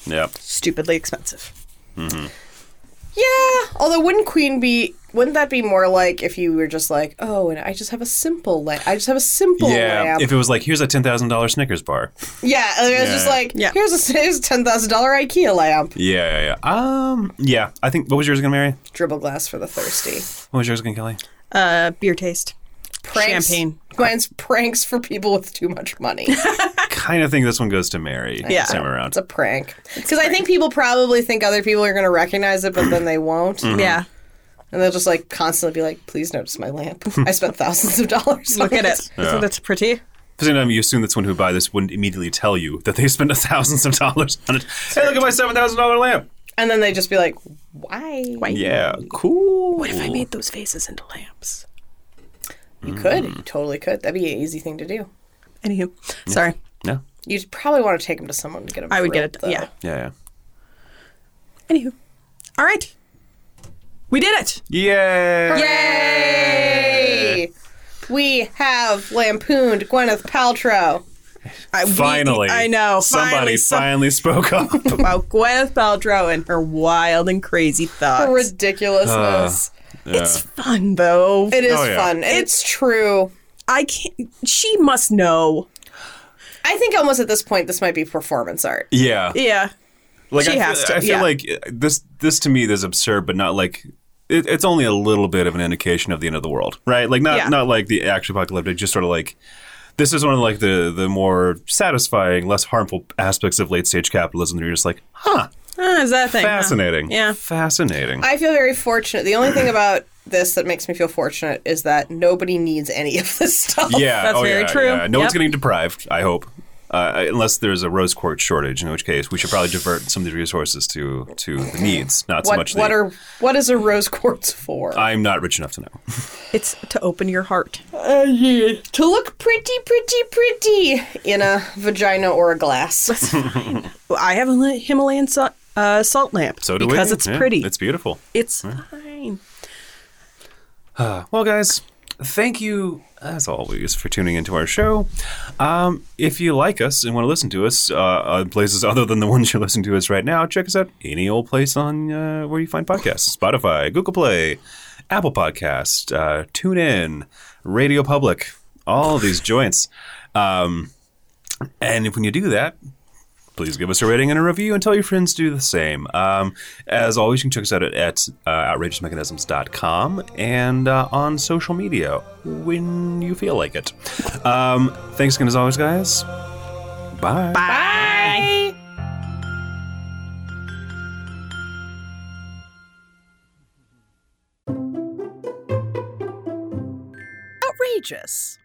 Speaker 3: Yep.
Speaker 1: Stupidly expensive.
Speaker 2: Yeah. Although wouldn't Queen be? Wouldn't that be more like if you were just like, oh, and I just have a simple lamp. I just have a simple
Speaker 3: Yeah.
Speaker 2: lamp.
Speaker 3: If it was like, here's a ten thousand dollar Snickers bar.
Speaker 2: Yeah, and it was just
Speaker 3: Yeah.
Speaker 2: like,
Speaker 1: Yeah.
Speaker 2: here's a here's a ten thousand dollar IKEA lamp.
Speaker 3: Yeah, yeah, yeah. Um, yeah. I think. What was yours again, Mary?
Speaker 2: Dribble glass for the thirsty.
Speaker 3: What was yours again, Kelly?
Speaker 1: Uh, beer taste.
Speaker 2: Pranks.
Speaker 1: Champagne.
Speaker 2: Mine's pranks for people with too much
Speaker 3: *laughs*
Speaker 2: money.
Speaker 3: kind of think this one goes to Mary.
Speaker 1: Yeah.
Speaker 3: This time around.
Speaker 2: it's a prank. Because I think people probably think other people are going to recognize it, but then they won't,
Speaker 3: Mm-hmm. Mm.
Speaker 1: Yeah.
Speaker 2: and they'll just
Speaker 3: *laughs*
Speaker 2: like constantly be like, "Please notice my lamp. I spent thousands of dollars.
Speaker 1: Look
Speaker 2: on
Speaker 1: at it. Isn't
Speaker 3: Yeah.
Speaker 1: that pretty?
Speaker 3: Because you know, you assume that someone who buy this wouldn't immediately tell you that they spent *laughs* thousands of dollars on it. Hey, look at my seven thousand dollar lamp.
Speaker 2: And then they just be like, why?
Speaker 1: Why?
Speaker 3: Yeah, cool.
Speaker 1: What if I made those faces into lamps?
Speaker 2: You could.
Speaker 3: Mm-hmm.
Speaker 2: You totally could. That'd be an easy thing to do.
Speaker 1: Anywho, sorry.
Speaker 3: No.
Speaker 2: You'd probably want to take them to someone to get them.
Speaker 1: I would get
Speaker 2: drilled,
Speaker 1: it.
Speaker 2: though.
Speaker 1: Yeah.
Speaker 3: Yeah.
Speaker 1: Anywho. All right. We did it.
Speaker 3: Yeah. Yeah.
Speaker 2: Yay! We have lampooned Gwyneth Paltrow.
Speaker 1: I, we-
Speaker 3: Finally,
Speaker 1: I know.
Speaker 3: Somebody
Speaker 1: finally, some-
Speaker 3: finally, spoke up.
Speaker 1: about Gwyneth Paltrow and her wild and crazy thoughts.
Speaker 2: Ridiculousness.
Speaker 1: *laughs* It's fun though.
Speaker 2: it is
Speaker 3: Uh, Oh, yeah.
Speaker 2: fun. It's true.
Speaker 1: I can't. She must know.
Speaker 2: I think almost at this point, this might be performance art.
Speaker 1: *laughs*
Speaker 3: yeah.
Speaker 1: Yeah.
Speaker 3: Like
Speaker 1: She
Speaker 3: I, feel-
Speaker 1: has to,
Speaker 3: I feel
Speaker 1: yeah.
Speaker 3: like uh, this this to me is absurd, but not like it, it's only a little bit of an indication of the end of the world, right? Like not
Speaker 1: Yeah.
Speaker 3: not like the actual apocalyptic, just sort of like this is one of like the the more satisfying, less harmful aspects of late stage capitalism. That you're just like, huh,
Speaker 1: Ah, is that a thing? huh?
Speaker 3: fascinating,
Speaker 1: Yeah.
Speaker 3: fascinating.
Speaker 2: I feel very fortunate. The only
Speaker 3: *clears throat*
Speaker 2: thing about this that makes me feel fortunate is that nobody needs any of this stuff.
Speaker 3: yeah,
Speaker 1: that's
Speaker 3: oh,
Speaker 1: very
Speaker 3: yeah,
Speaker 1: true.
Speaker 3: yeah. No one's
Speaker 1: Yep.
Speaker 3: getting deprived. I hope. Uh, unless there's a rose quartz shortage, in which case we should probably divert some of these resources to to the needs, not
Speaker 2: *laughs*
Speaker 3: so
Speaker 2: What
Speaker 3: much.
Speaker 2: what
Speaker 3: the,
Speaker 2: are what is a rose quartz for?
Speaker 3: I'm not rich enough to know.
Speaker 1: It's to open your heart.
Speaker 3: Uh,
Speaker 2: to look pretty, pretty, pretty in a vagina or a
Speaker 1: *laughs*
Speaker 2: glass.
Speaker 1: Well, I have a li- Himalayan salt, uh, salt lamp.
Speaker 3: So do we
Speaker 1: because it's
Speaker 3: Yeah,
Speaker 1: pretty.
Speaker 3: It's beautiful.
Speaker 1: It's fine.
Speaker 3: Well, guys, thank you as always for tuning into our show. Um, if you like us and want to listen to us uh, on places other than the ones you're listening to us right now, check us out any old place on uh, where you find podcasts: Spotify, Google Play, Apple Podcast, uh, TuneIn, Radio Public, all these joints. Um, and if when you do that, please give us a rating and a review and tell your friends to do the same. Um, as always, you can check us out at, at uh, outrageousmechanisms.com and uh, on social media when you feel like it. Um, thanks again, as always, guys. Bye.
Speaker 2: Bye.
Speaker 1: Outrageous.